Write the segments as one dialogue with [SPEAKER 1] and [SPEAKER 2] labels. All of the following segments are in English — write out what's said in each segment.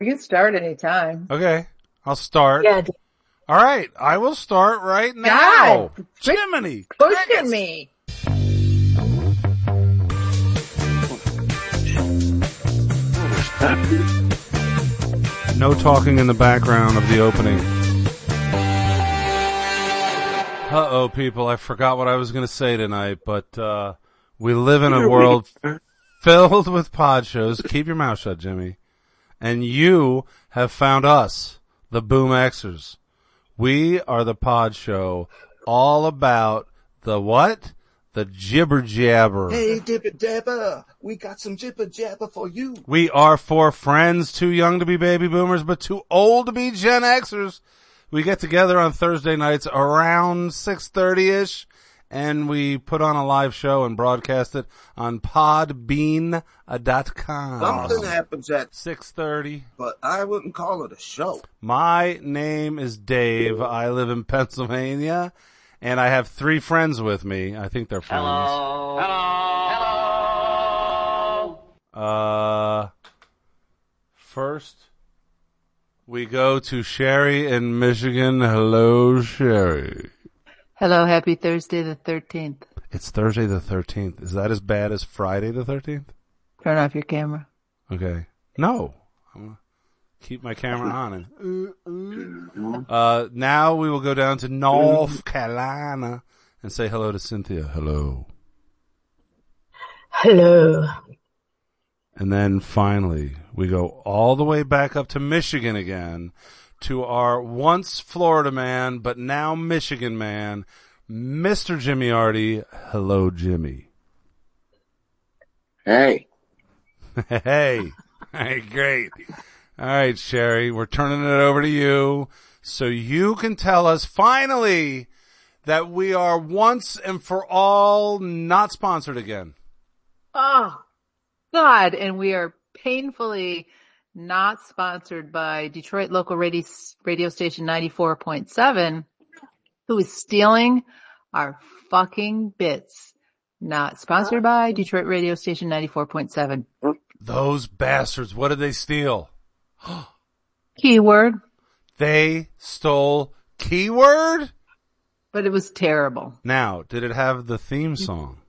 [SPEAKER 1] You can start anytime.
[SPEAKER 2] Okay. I'll start.
[SPEAKER 3] Yeah,
[SPEAKER 2] All right. I will start right now. Jiminy.
[SPEAKER 1] Push
[SPEAKER 2] crickets.
[SPEAKER 1] me.
[SPEAKER 2] No talking in the background of the opening. Uh oh, people. I forgot what I was going to say tonight, but, uh, we live in a world filled with pod shows. Keep your mouth shut, Jimmy. And you have found us, the Boom Xers. We are the pod show all about the what? The jibber jabber.
[SPEAKER 4] Hey, Dipper Dabber, we got some Jipper Jabber for you.
[SPEAKER 2] We are for friends too young to be baby boomers, but too old to be Gen Xers. We get together on Thursday nights around 6.30ish and we put on a live show and broadcast it on podbean.com.
[SPEAKER 4] Something happens at,
[SPEAKER 2] 6.30.
[SPEAKER 4] but I wouldn't call it a show.
[SPEAKER 2] My name is Dave. I live in Pennsylvania and I have three friends with me. I think they're friends. Uh, first, we go to Sherry in Michigan. Hello, Sherry.
[SPEAKER 1] Hello, happy Thursday the 13th.
[SPEAKER 2] It's Thursday the 13th. Is that as bad as Friday the 13th?
[SPEAKER 1] Turn off your camera.
[SPEAKER 2] Okay. No. I'm going to keep my camera on. And, uh, now we will go down to North Carolina and say hello to Cynthia. Hello.
[SPEAKER 3] Hello.
[SPEAKER 2] And then finally, we go all the way back up to Michigan again to our once Florida man, but now Michigan man, Mr. Jimmy Artie. Hello, Jimmy.
[SPEAKER 4] Hey.
[SPEAKER 2] hey. Hey, great. All right, Sherry, we're turning it over to you so you can tell us finally that we are once and for all not sponsored again.
[SPEAKER 1] Oh, God. And we are painfully not sponsored by Detroit local radio, radio station 94.7, who is stealing our fucking bits. Not sponsored by Detroit radio station 94.7.
[SPEAKER 2] Those bastards, what did they steal?
[SPEAKER 1] Keyword,
[SPEAKER 2] They stole keyword?
[SPEAKER 1] but it was terrible.
[SPEAKER 2] Now, did it have the theme song?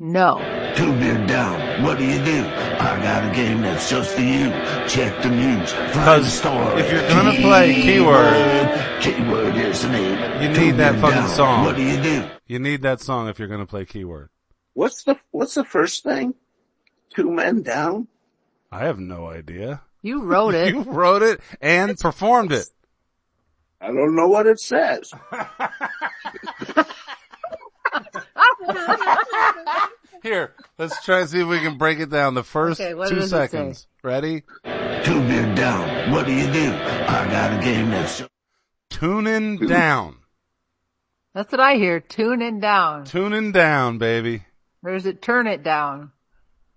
[SPEAKER 1] No.
[SPEAKER 4] Too big down. What do you do? I got a game that's just for you. Check the news. Find the
[SPEAKER 2] Because
[SPEAKER 4] story.
[SPEAKER 2] if you're gonna play Keyword-
[SPEAKER 4] keyword, keyword is the name.
[SPEAKER 2] You need
[SPEAKER 4] Too
[SPEAKER 2] that
[SPEAKER 4] big
[SPEAKER 2] fucking
[SPEAKER 4] down.
[SPEAKER 2] song.
[SPEAKER 4] What do you do?
[SPEAKER 2] You need that song if you're going to play keyword.
[SPEAKER 4] What's the What's the first thing? Two men down.
[SPEAKER 2] I have no idea.
[SPEAKER 1] You wrote it.
[SPEAKER 2] You wrote it and performed it.
[SPEAKER 4] I don't know what it says.
[SPEAKER 2] Here, let's try and see if we can break it down. The first
[SPEAKER 1] Okay, what
[SPEAKER 2] two
[SPEAKER 1] does it
[SPEAKER 2] seconds. Ready?
[SPEAKER 4] Too big down. What do you do? I got a game that's just
[SPEAKER 2] Tuning down.
[SPEAKER 1] That's what I hear. Tuning down.
[SPEAKER 2] Tuning down, baby.
[SPEAKER 1] There's it. Turn it down.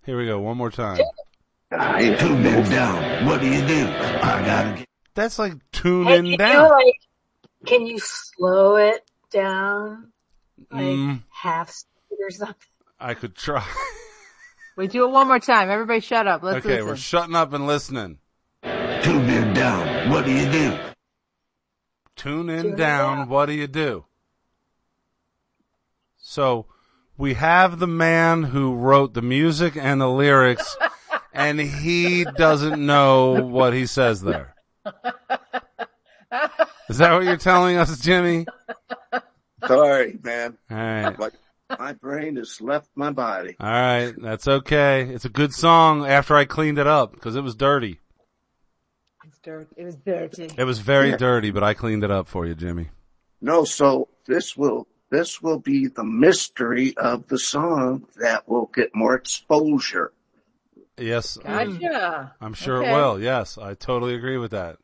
[SPEAKER 2] Here we go. One more time.
[SPEAKER 4] Too big down. What do you do? I got a game.
[SPEAKER 2] That's like
[SPEAKER 3] Hey,
[SPEAKER 2] tuning
[SPEAKER 3] can
[SPEAKER 2] down.
[SPEAKER 3] you like? Can you slow it down, like
[SPEAKER 2] Mm.
[SPEAKER 3] half speed or something?
[SPEAKER 2] I could try.
[SPEAKER 1] We do it one more time. Everybody shut up. Let's
[SPEAKER 2] okay,
[SPEAKER 1] listen.
[SPEAKER 2] we're shutting up and listening.
[SPEAKER 4] Too big down. What do you do?
[SPEAKER 2] Tune in
[SPEAKER 3] Tune
[SPEAKER 2] down.
[SPEAKER 3] down.
[SPEAKER 2] What do you do? So we have the man who wrote the music and the lyrics and he doesn't know what he says there. Is that what you're telling us, Jimmy?
[SPEAKER 4] Sorry, man.
[SPEAKER 2] All right.
[SPEAKER 4] Like my brain has left my body.
[SPEAKER 2] All right. That's okay. It's a good song after I cleaned it up because it was dirty.
[SPEAKER 1] It's dirty. It was dirty.
[SPEAKER 2] It was very dirty, but I cleaned it up for you, Jimmy.
[SPEAKER 4] No, so this will this will be the mystery of the song that will get more exposure.
[SPEAKER 2] Yes. I'm-
[SPEAKER 1] Gotcha.
[SPEAKER 2] I'm sure
[SPEAKER 1] Okay.
[SPEAKER 2] it will. Yes. I totally agree with that.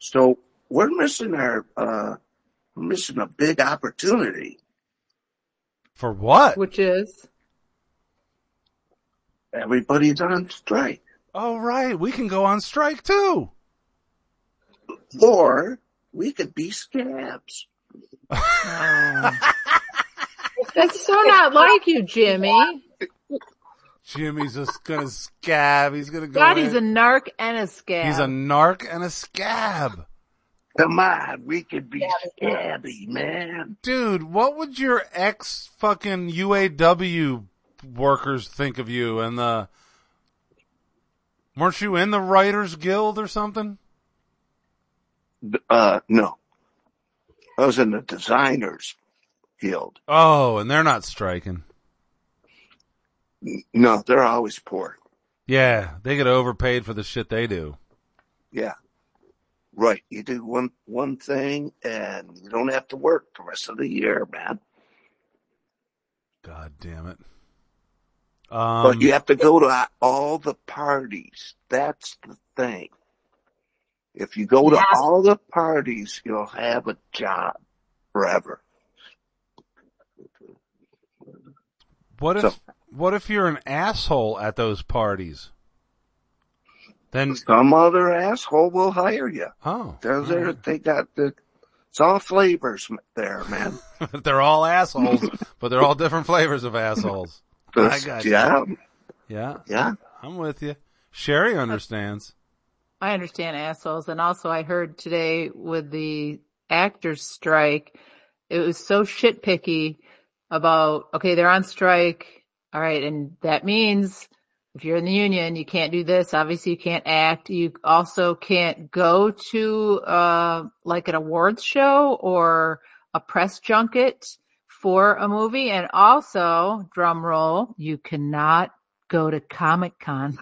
[SPEAKER 4] So we're missing our uh we're missing a big opportunity
[SPEAKER 2] For what?
[SPEAKER 1] Which is
[SPEAKER 4] everybody's on strike.
[SPEAKER 2] Oh, right. We can go on strike too.
[SPEAKER 4] Or we could be scabs.
[SPEAKER 1] that's so not like you, Jimmy.
[SPEAKER 2] Jimmy's just gonna scab. He's gonna go.
[SPEAKER 1] God, he's a
[SPEAKER 2] in.
[SPEAKER 1] narc and a scab.
[SPEAKER 2] He's a narc and a scab.
[SPEAKER 4] Come on, we could be scabby, man.
[SPEAKER 2] Dude, what would your ex fucking UAW workers think of you and the, weren't you in the Writers Guild or something?
[SPEAKER 4] Uh, no. I was in the designers guild.
[SPEAKER 2] Oh, and they're not striking.
[SPEAKER 4] No, they're always poor.
[SPEAKER 2] Yeah, they get overpaid for the shit they do.
[SPEAKER 4] Yeah. Right. You do one, one thing and you don't have to work the rest of the year, man.
[SPEAKER 2] God damn it.
[SPEAKER 4] But
[SPEAKER 2] Um,
[SPEAKER 4] you have to go to all the parties. That's the thing. If you go to
[SPEAKER 3] Yeah.
[SPEAKER 4] all the parties, you'll have a job forever.
[SPEAKER 2] what if
[SPEAKER 4] so-
[SPEAKER 2] what if you're an asshole at those parties? Then
[SPEAKER 4] Some other asshole will hire you.
[SPEAKER 2] oh,
[SPEAKER 4] They're, they're, they got the, it's all flavors there, man.
[SPEAKER 2] they're all assholes, but they're all different flavors of assholes. I got you.
[SPEAKER 4] yeah,
[SPEAKER 2] Yeah,
[SPEAKER 4] yeah.
[SPEAKER 2] I'm with you. Sherry understands.
[SPEAKER 1] I understand assholes. And also I heard today with the actors strike, it was so shit picky about, okay, they're on strike. All right. And that means if you're in the union, you can't do this. Obviously you can't act. You also can't go to, uh, like an awards show or a press junket for a movie. And also drum roll, you cannot go to Comic Con.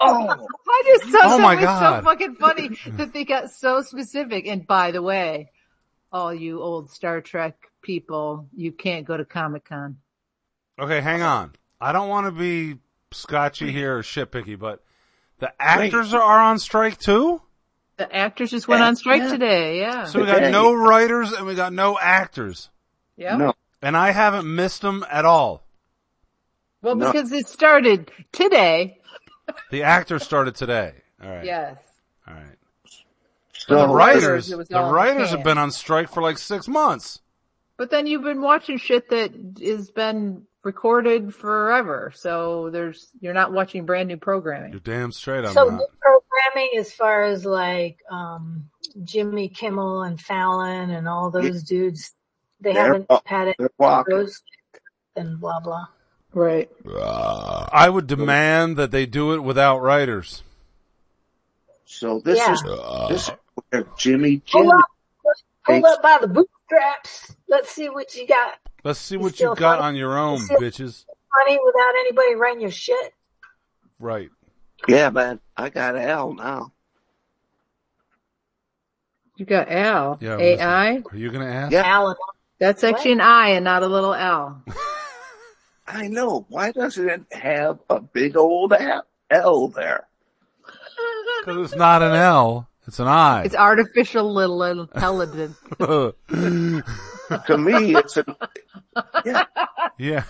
[SPEAKER 4] Oh,
[SPEAKER 1] I just thought
[SPEAKER 2] Oh
[SPEAKER 1] that
[SPEAKER 2] my
[SPEAKER 1] was
[SPEAKER 2] God.
[SPEAKER 1] so fucking funny that they got so specific. And by the way, all you old Star Trek people, you can't go to Comic Con.
[SPEAKER 2] Okay, hang on. I don't want to be scotchy here or shit picky, but the actors are on strike too.
[SPEAKER 1] The actors just went on strike
[SPEAKER 4] Yeah.
[SPEAKER 1] today. Yeah.
[SPEAKER 2] So we got
[SPEAKER 4] Okay.
[SPEAKER 2] no writers and we got no actors,
[SPEAKER 1] yeah.
[SPEAKER 4] no.
[SPEAKER 2] and I haven't missed them at all.
[SPEAKER 1] well,
[SPEAKER 4] no.
[SPEAKER 1] because it started today.
[SPEAKER 2] The actors started today. All right.
[SPEAKER 1] Yes.
[SPEAKER 2] All right.
[SPEAKER 4] So,
[SPEAKER 2] the writers,
[SPEAKER 1] it was
[SPEAKER 2] the
[SPEAKER 1] all
[SPEAKER 2] writers have
[SPEAKER 1] canned.
[SPEAKER 2] been on strike for like six months.
[SPEAKER 1] But then you've been watching shit that has been recorded forever. So there's, you're not watching brand new
[SPEAKER 2] You're
[SPEAKER 1] programming.
[SPEAKER 2] damn straight I'm
[SPEAKER 3] so
[SPEAKER 2] not.
[SPEAKER 3] new programming as far as like um Jimmy Kimmel and Fallon and all those dudes, they
[SPEAKER 4] They're-
[SPEAKER 3] haven't
[SPEAKER 4] oh,
[SPEAKER 3] had it.
[SPEAKER 4] they're walking.
[SPEAKER 3] Those and blah blah.
[SPEAKER 1] Right.
[SPEAKER 2] I would demand that they do it without writers.
[SPEAKER 4] So this
[SPEAKER 3] Yeah.
[SPEAKER 4] is
[SPEAKER 2] Uh,
[SPEAKER 4] this is where Jimmy
[SPEAKER 3] Pull
[SPEAKER 4] Jimmy.
[SPEAKER 3] up, pull
[SPEAKER 4] thinks-
[SPEAKER 3] up by the bootstraps. Let's see what you got.
[SPEAKER 2] Let's see
[SPEAKER 3] You
[SPEAKER 2] what you
[SPEAKER 3] still
[SPEAKER 2] got
[SPEAKER 3] funny?
[SPEAKER 2] on your own,
[SPEAKER 3] still-
[SPEAKER 2] bitches.
[SPEAKER 3] Funny without anybody running your shit.
[SPEAKER 2] Right.
[SPEAKER 4] Yeah, man, I got Al now.
[SPEAKER 1] You got Al.
[SPEAKER 2] Yeah. listen.
[SPEAKER 1] AI.
[SPEAKER 2] Are you gonna ask?
[SPEAKER 4] Yeah.
[SPEAKER 3] Alan,
[SPEAKER 1] That's actually an I and not a little L.
[SPEAKER 4] I know. Why doesn't it have a big old Al- L there?
[SPEAKER 2] Because it's not an L. It's an I.
[SPEAKER 1] It's artificial little intelligence.
[SPEAKER 4] To me, it's a yeah.
[SPEAKER 2] yeah.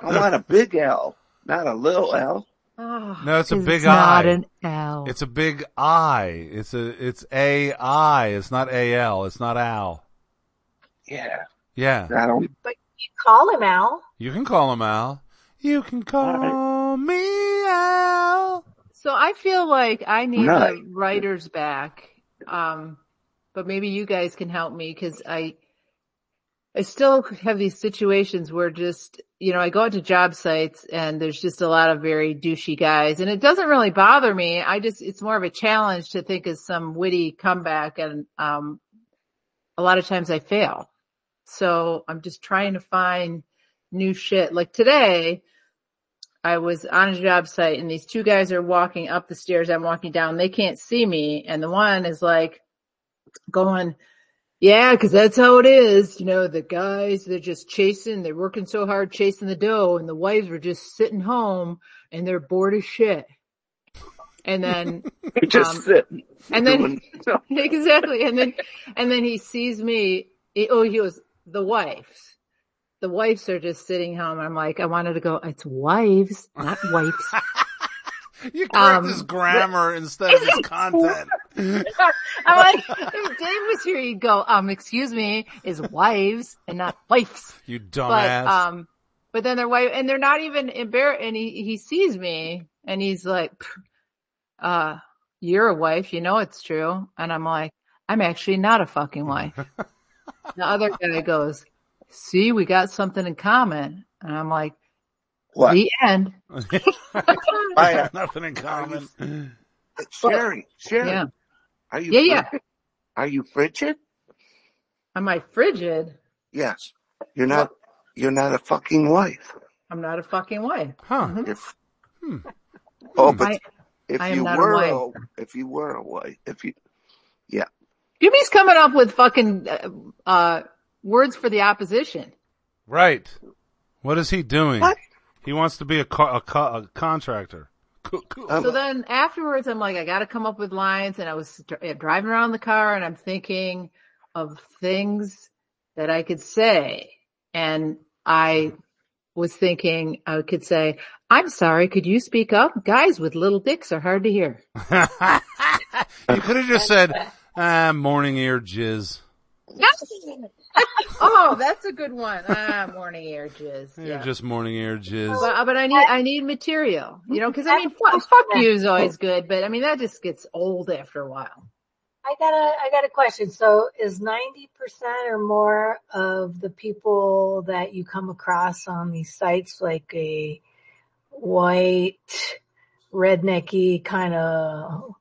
[SPEAKER 4] I want a big L, not a little L.
[SPEAKER 1] Oh,
[SPEAKER 2] No, it's a big
[SPEAKER 1] not
[SPEAKER 2] I.
[SPEAKER 1] an L.
[SPEAKER 2] It's a big I. It's a. It's A I. It's not A L. It's not Al.
[SPEAKER 4] Yeah,
[SPEAKER 2] Yeah.
[SPEAKER 4] I don't.
[SPEAKER 3] you call him Al.
[SPEAKER 2] You can call him Al. You can call me Al.
[SPEAKER 1] so I feel like I need
[SPEAKER 4] No.
[SPEAKER 1] the writers back. Um, but maybe you guys can help me because I, I still have these situations where just, you know, I go out to job sites and there's just a lot of very douchey guys and it doesn't really bother me. I just, it's more of a challenge to think of some witty comeback and, um, a lot of times I fail. So I'm just trying to find new shit. Like today, I was on a job site and these two guys are walking up the stairs. I'm walking down. They can't see me. And the one is like going, yeah, cause that's how it is. You know, the guys, they're just chasing, they're working so hard chasing the dough and the wives were just sitting home and they're bored as shit. And then,
[SPEAKER 4] You just
[SPEAKER 1] Um,
[SPEAKER 4] sit
[SPEAKER 1] and then
[SPEAKER 4] doing
[SPEAKER 1] exactly. And then, and then he sees me. He, oh, he was the wives. The wives are just sitting home. I'm like, I wanted to go, it's wives, not wives.
[SPEAKER 2] You correct
[SPEAKER 1] Um,
[SPEAKER 2] his grammar instead of his content.
[SPEAKER 1] I'm like, if Dave was here, he'd go, um, excuse me, is wives and not wifes.
[SPEAKER 2] You
[SPEAKER 1] But,
[SPEAKER 2] dumbass.
[SPEAKER 1] um, But then they're white and they're not even embarrassed. And he, he sees me and he's like, uh, you're a wife. You know, it's true. And I'm like, I'm actually not a fucking wife. the other guy goes, see, we got something in common. And I'm like,
[SPEAKER 4] What?
[SPEAKER 1] the end. um,
[SPEAKER 4] I have
[SPEAKER 2] Nothing in common.
[SPEAKER 4] Sherry, Sherry,
[SPEAKER 1] Yeah.
[SPEAKER 4] are you?
[SPEAKER 1] Yeah, yeah.
[SPEAKER 4] frigid? Are you frigid?
[SPEAKER 1] Am I frigid?
[SPEAKER 4] Yes. You're not. You're not a fucking wife.
[SPEAKER 1] I'm not a fucking wife.
[SPEAKER 2] Huh.
[SPEAKER 4] You're, Oh, but
[SPEAKER 1] I-
[SPEAKER 4] if
[SPEAKER 1] I am
[SPEAKER 4] you
[SPEAKER 1] not a
[SPEAKER 4] were
[SPEAKER 1] wife.
[SPEAKER 4] if you were a wife, if you
[SPEAKER 1] Jimmy's coming up with fucking uh, uh, words for the opposition.
[SPEAKER 2] Right. What is he doing?
[SPEAKER 4] What?
[SPEAKER 2] He wants to be a, co- a, co- a contractor. Cool, cool.
[SPEAKER 4] Um,
[SPEAKER 1] So then afterwards, I'm like, I got to come up with lines. And I was dr- driving around in the car and I'm thinking of things that I could say. And I was thinking I could say, I'm sorry, could you speak up? Guys with little dicks are hard to hear.
[SPEAKER 2] you could have just said, ah, morning ear jizz.
[SPEAKER 1] oh, that's a good one. Ah, morning air jizz.
[SPEAKER 2] You're just morning ear jizz.
[SPEAKER 1] But, but I need I need material, you know, because I mean, fuck, fuck you is always good, but I mean that just gets old after a while.
[SPEAKER 3] I got a I got a question. So is ninety percent or more of the people that you come across on these sites like a white rednecky kind of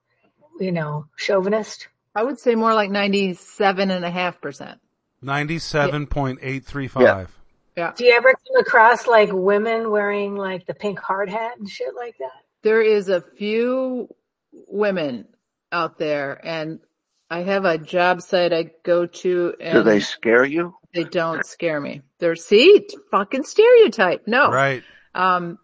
[SPEAKER 3] you know chauvinist?
[SPEAKER 1] I would say more like ninety seven and a half percent.
[SPEAKER 2] 97.835.
[SPEAKER 1] Yeah,
[SPEAKER 3] Do you ever come across like women wearing like the pink hard hat and shit like that?
[SPEAKER 1] there is a few women out there, and I have a job site I go to, and
[SPEAKER 4] do they scare you?
[SPEAKER 1] they don't scare me. They're see fucking stereotype. No,
[SPEAKER 2] Right.
[SPEAKER 1] um,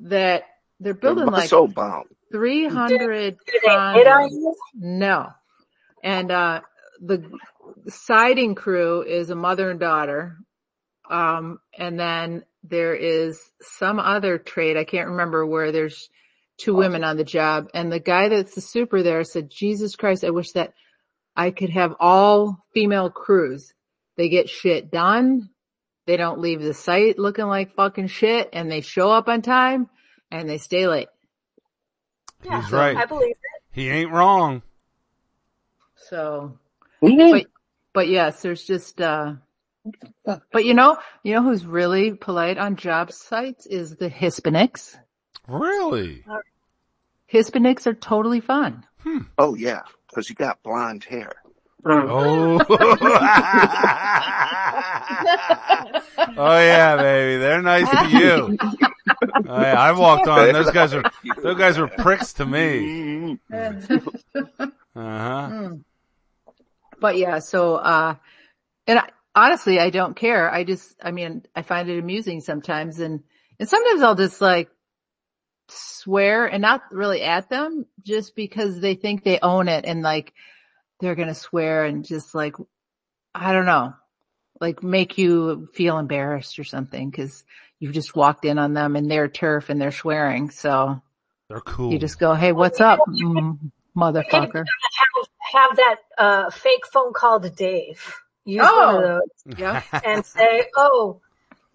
[SPEAKER 1] that they're
[SPEAKER 4] They're
[SPEAKER 1] building like
[SPEAKER 4] muscle bound.
[SPEAKER 1] three hundred.
[SPEAKER 3] Do they hit on you?
[SPEAKER 1] No. And uh the siding crew is a mother and daughter. Um and then there is some other trade, I can't remember where there's two women on the job and the guy that's the super there said, "Jesus Christ, I wish that I could have all female crews. They get shit done. They don't leave the site looking like fucking shit and they show up on time and they stay late."
[SPEAKER 2] He's right.
[SPEAKER 3] I believe
[SPEAKER 2] He ain't wrong.
[SPEAKER 1] So Mm-hmm.
[SPEAKER 4] Mhm.
[SPEAKER 1] But yes, there's just, uh, but you know, you know who's really polite on job sites is the Hispanics.
[SPEAKER 2] Really?
[SPEAKER 1] Hispanics are totally fun.
[SPEAKER 4] Oh yeah, because you got blonde hair.
[SPEAKER 2] Oh. oh yeah, baby. They're nice to you. Oh, yeah, I walked on. Those guys are, those guys are pricks to me.
[SPEAKER 4] Mhm.
[SPEAKER 2] Uh huh.
[SPEAKER 1] Mm. But yeah, so, uh, and I, honestly, I don't care. I just, I mean, I find it amusing sometimes and, and sometimes I'll just like swear and not really at them just because they think they own it and like they're going to swear and just like, I don't know, like make you feel embarrassed or something because you've just walked in on them and they're turf and they're swearing. So
[SPEAKER 2] They're cool.
[SPEAKER 1] you just go, Hey, what's up? mm, Motherfucker.
[SPEAKER 3] have, have that uh, fake phone call to Dave. Use one
[SPEAKER 1] Oh.
[SPEAKER 3] of those.
[SPEAKER 1] Yeah.
[SPEAKER 3] and say, "Oh,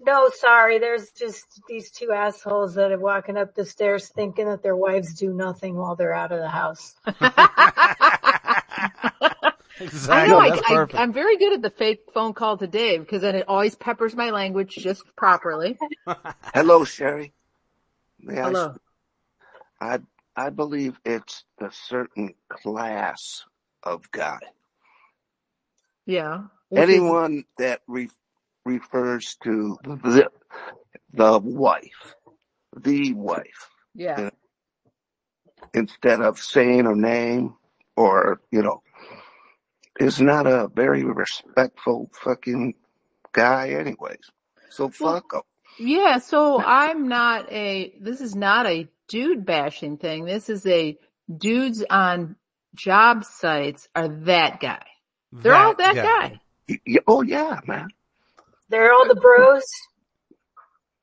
[SPEAKER 3] no, sorry. There's just these two assholes that are walking up the stairs thinking that their wives do nothing while they're out of the house."
[SPEAKER 2] exactly.
[SPEAKER 1] I know I,
[SPEAKER 2] That's
[SPEAKER 1] I,
[SPEAKER 2] perfect.
[SPEAKER 1] I'm very good at the fake phone call to Dave because then it always peppers my language just properly.
[SPEAKER 4] Hello, Sherry. May I
[SPEAKER 1] Hello.
[SPEAKER 4] I I believe it's the certain class of guy.
[SPEAKER 1] Yeah. Which is-
[SPEAKER 4] Anyone that re- refers to the the wife, the wife,
[SPEAKER 1] yeah.
[SPEAKER 4] instead of saying her name or you know, is not a very respectful fucking guy, anyways. So fuck 'em.
[SPEAKER 1] Yeah. So I'm not a, this is not a dude bashing thing. This is a dudes on job sites are that guy. They're all that guy.
[SPEAKER 4] Y- y- Oh yeah, man.
[SPEAKER 3] They're all the bros.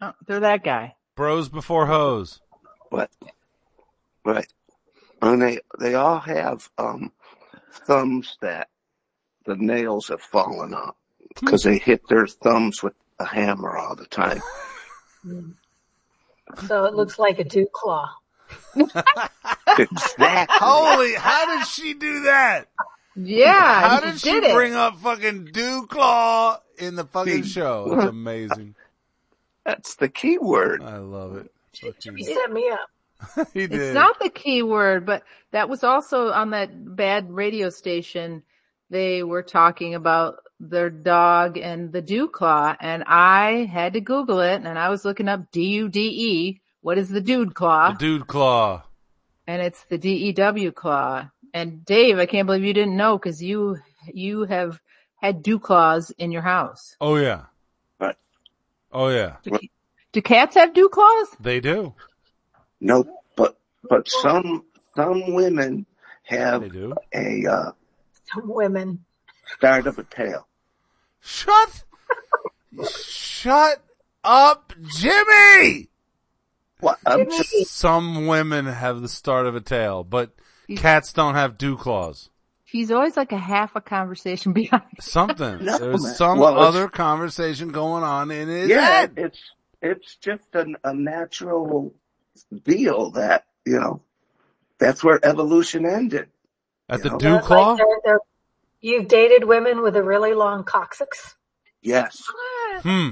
[SPEAKER 1] Oh, they're that guy.
[SPEAKER 2] Bros before hoes.
[SPEAKER 4] But right, and they they all have um thumbs that the nails have fallen off because they hit their thumbs with a hammer all the time.
[SPEAKER 3] So it looks like a dew claw.
[SPEAKER 4] Exactly.
[SPEAKER 2] Holy, how did she do that?
[SPEAKER 1] Yeah.
[SPEAKER 2] How
[SPEAKER 1] she
[SPEAKER 2] did she
[SPEAKER 1] Uh, did it.
[SPEAKER 2] bring up fucking Dew Claw in the fucking
[SPEAKER 4] See,
[SPEAKER 2] show? It's amazing.
[SPEAKER 4] That's the key word.
[SPEAKER 2] I love it.
[SPEAKER 3] She,
[SPEAKER 2] Fucking-
[SPEAKER 3] she set me up.
[SPEAKER 2] he did.
[SPEAKER 1] It's not the key word, but that was also on that bad radio station. They were talking about their dog and the dew claw and I had to Google it and I was looking up D-U-D-E. E, What is the dude
[SPEAKER 2] the
[SPEAKER 1] claw?
[SPEAKER 2] Dude Claw.
[SPEAKER 1] And it's the D-E-W claw. And Dave, I can't believe you didn't know because you, you have had dew claws in your house.
[SPEAKER 2] Oh yeah.
[SPEAKER 4] Right.
[SPEAKER 2] Oh yeah.
[SPEAKER 1] Do, do cats have dew claws?
[SPEAKER 2] They do.
[SPEAKER 4] No, but but some some women
[SPEAKER 2] They
[SPEAKER 4] have
[SPEAKER 2] do.
[SPEAKER 4] a uh,
[SPEAKER 3] Some women.
[SPEAKER 4] start of a tail.
[SPEAKER 2] Shut. shut up, Jimmy.
[SPEAKER 4] Well, I'm
[SPEAKER 3] Jimmy,
[SPEAKER 4] just
[SPEAKER 2] Some women have the start of a tail, but
[SPEAKER 1] He's-
[SPEAKER 2] cats don't have dew claws.
[SPEAKER 1] He's always like a half a conversation behind.
[SPEAKER 2] Something.
[SPEAKER 4] No, man.
[SPEAKER 2] There's some
[SPEAKER 4] Well, it's-
[SPEAKER 2] other conversation going on in his
[SPEAKER 4] yeah.
[SPEAKER 2] head.
[SPEAKER 4] It's it's just an, a natural deal that you know. That's where evolution ended.
[SPEAKER 2] At the
[SPEAKER 4] Yeah.
[SPEAKER 2] dew
[SPEAKER 3] they're like
[SPEAKER 2] claw?
[SPEAKER 3] they're, they're, you've dated women with a really long coccyx.
[SPEAKER 4] Yes,
[SPEAKER 2] Hmm.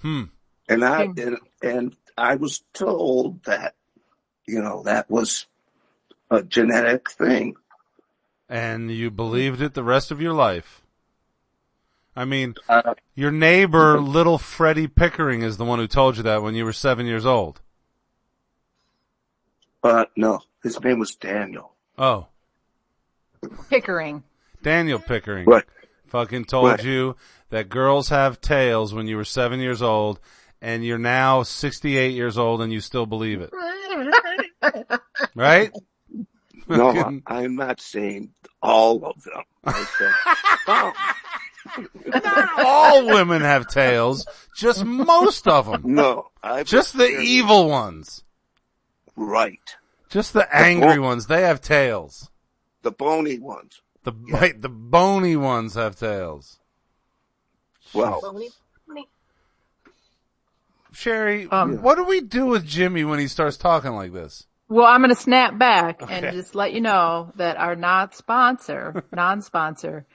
[SPEAKER 2] Hmm.
[SPEAKER 4] and I
[SPEAKER 1] Hmm.
[SPEAKER 4] and, and I was told that you know that was a genetic thing.
[SPEAKER 2] And you believed it the rest of your life. I mean,
[SPEAKER 4] Uh, Mhm.
[SPEAKER 2] your neighbor, little Freddie Pickering, is the one who told you that when you were seven years old.
[SPEAKER 4] but no, his name was Daniel.
[SPEAKER 2] Oh,
[SPEAKER 1] Pickering.
[SPEAKER 2] Daniel Pickering.
[SPEAKER 4] Right.
[SPEAKER 2] Fucking told
[SPEAKER 4] Right.
[SPEAKER 2] you that girls have tails when you were seven years old, and you're now 68 years old and you still believe it. Right?
[SPEAKER 4] No,
[SPEAKER 2] Fucking-
[SPEAKER 4] I, I'm not saying all of them. I said oh, some.
[SPEAKER 2] Not all women have tails, just most of them.
[SPEAKER 4] No, I
[SPEAKER 2] Just the evil ones.
[SPEAKER 4] right,
[SPEAKER 2] Just the angry ones. They have tails.
[SPEAKER 4] the bony ones.
[SPEAKER 2] The like the bony ones have tails.
[SPEAKER 4] Well,
[SPEAKER 3] Bony, bony.
[SPEAKER 2] Sherry,
[SPEAKER 1] Um,
[SPEAKER 2] what do we do with Jimmy when he starts talking like this?
[SPEAKER 1] Well, I'm going to snap back and
[SPEAKER 2] Okay.
[SPEAKER 1] just let you know that our not sponsor, non-sponsor,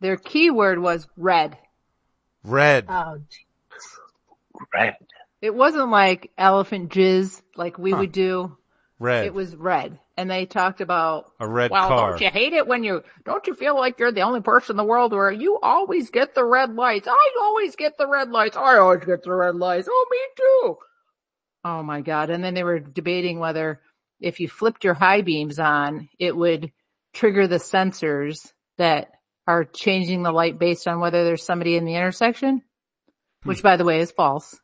[SPEAKER 1] their keyword was red.
[SPEAKER 2] Red.
[SPEAKER 1] Uh,
[SPEAKER 3] Oh, gee.
[SPEAKER 4] right.
[SPEAKER 1] It wasn't like elephant jizz like we
[SPEAKER 2] Huh.
[SPEAKER 1] would do.
[SPEAKER 2] Red.
[SPEAKER 1] It was red. And they talked about,
[SPEAKER 2] a red
[SPEAKER 1] well,
[SPEAKER 2] car.
[SPEAKER 1] don't you hate it when you, don't you feel like you're the only person in the world where you always get the red lights? I always get the red lights. I always get the red lights. Oh, me too. Oh my God. And then they were debating whether if you flipped your high beams on, it would trigger the sensors that are changing the light based on whether there's somebody in the intersection, which by the way is false.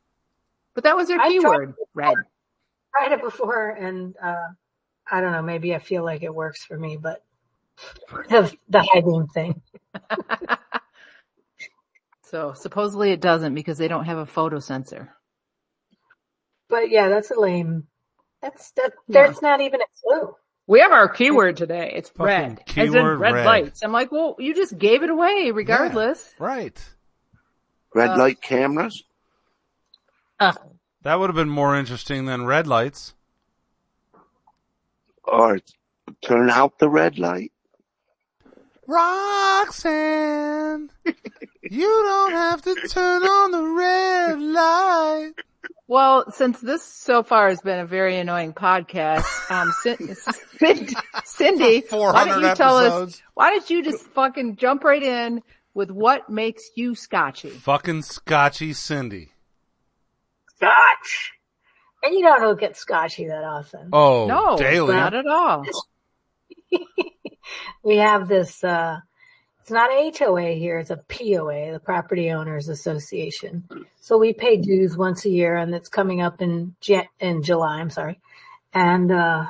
[SPEAKER 1] But that was their
[SPEAKER 3] I've tried
[SPEAKER 1] keyword, red.
[SPEAKER 3] tried it before, and uh, I don't know. Maybe I feel like it works for me, but the, the high beam thing.
[SPEAKER 1] So supposedly it doesn't because they don't have a photo sensor.
[SPEAKER 3] But yeah, that's a lame. That's that.
[SPEAKER 1] Yeah.
[SPEAKER 3] That's not even a clue.
[SPEAKER 1] We have our keyword today. It's
[SPEAKER 2] Fucking
[SPEAKER 1] red. As in
[SPEAKER 2] keyword
[SPEAKER 1] red,
[SPEAKER 2] red.
[SPEAKER 1] lights. I'm like, well, you just gave it away regardless.
[SPEAKER 2] Yeah, right.
[SPEAKER 4] Red
[SPEAKER 1] Uh,
[SPEAKER 4] light cameras.
[SPEAKER 1] Uh,
[SPEAKER 2] That would have been more interesting than red lights.
[SPEAKER 4] or turn out the red light.
[SPEAKER 2] Roxanne, you don't have to turn on the red light.
[SPEAKER 1] Well, since this so far has been a very annoying podcast, um, Cin- Cindy, Cindy,
[SPEAKER 2] For
[SPEAKER 1] why don't
[SPEAKER 2] 400
[SPEAKER 1] you tell us?
[SPEAKER 2] episodes.
[SPEAKER 1] Why don't you just fucking jump right in with what makes you scotchy?
[SPEAKER 2] Fucking Scotchy Cindy.
[SPEAKER 3] Scotch, and you don't get scotchy that often.
[SPEAKER 2] Oh,
[SPEAKER 1] No,
[SPEAKER 2] daily.
[SPEAKER 1] not at all.
[SPEAKER 3] we have this uh it's not a HOA here, it's a POA, the Property Owners Association. So we pay dues once a year and it's coming up in Jan- in July, I'm sorry. And uh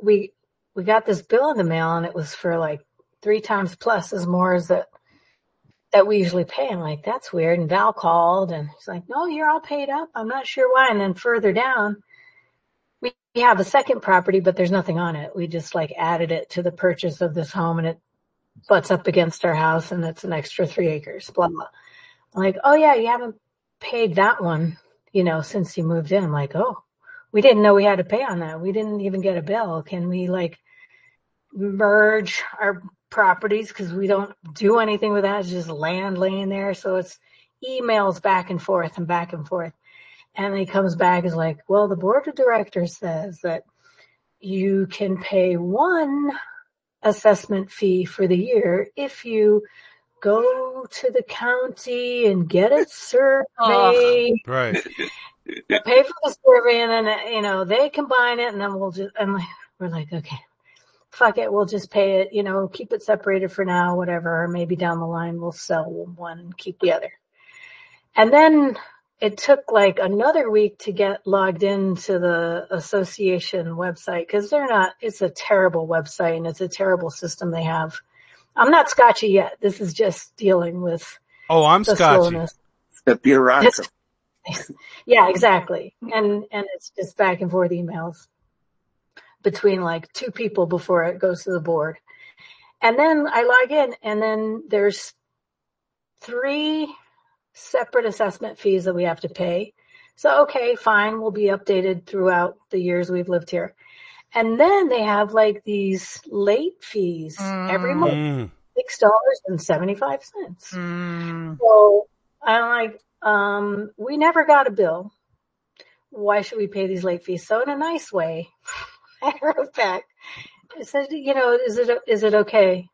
[SPEAKER 3] we we got this bill in the mail and it was for like three times plus as more as that that we usually pay. I'm like, that's weird. And Val called and he's like, No, you're all paid up. I'm not sure why. And then further down, we we have a second property, but there's nothing on it. We just like added it to the purchase of this home and it butts up against our house and it's an extra three acres, blah, blah. I'm like, oh yeah, you haven't paid that one. you know, since he moved in. I'm like, oh, we didn't know we had to pay on that. We didn't even get a bill. Can we like merge our properties? Because we don't do anything with that. It's just land laying there. So it's emails back and forth and back and forth. And he comes back is like, well, the board of directors says that you can pay one assessment fee for the year if you go to the county and get a survey,
[SPEAKER 2] Right.
[SPEAKER 3] pay for the survey, and then you know they combine it, and then we'll just and we're like, okay, fuck it, we'll just pay it, you know, keep it separated for now, whatever. Or maybe down the line we'll sell one, keep the other, and then. It took like another week to get logged into the association website because they're not, it's a terrible website and it's a terrible system they have. I'm not scotchy yet. This is just dealing with
[SPEAKER 2] Oh, I'm
[SPEAKER 3] the
[SPEAKER 2] scotchy.
[SPEAKER 3] slowness.
[SPEAKER 4] The bureaucracy.
[SPEAKER 3] yeah, exactly. And and it's just back and forth emails between like two people before it goes to the board. And then I log in and then there's three separate assessment fees that we have to pay. So okay, fine, we'll be updated throughout the years we've lived here. And then they have like these late fees every month,
[SPEAKER 2] Mm.
[SPEAKER 3] six dollars and seventy five cents.
[SPEAKER 1] Mm.
[SPEAKER 3] So I'm like, um, we never got a bill. Why should we pay these late fees? So in a nice way, I wrote back. I said, you know, is it is it okay?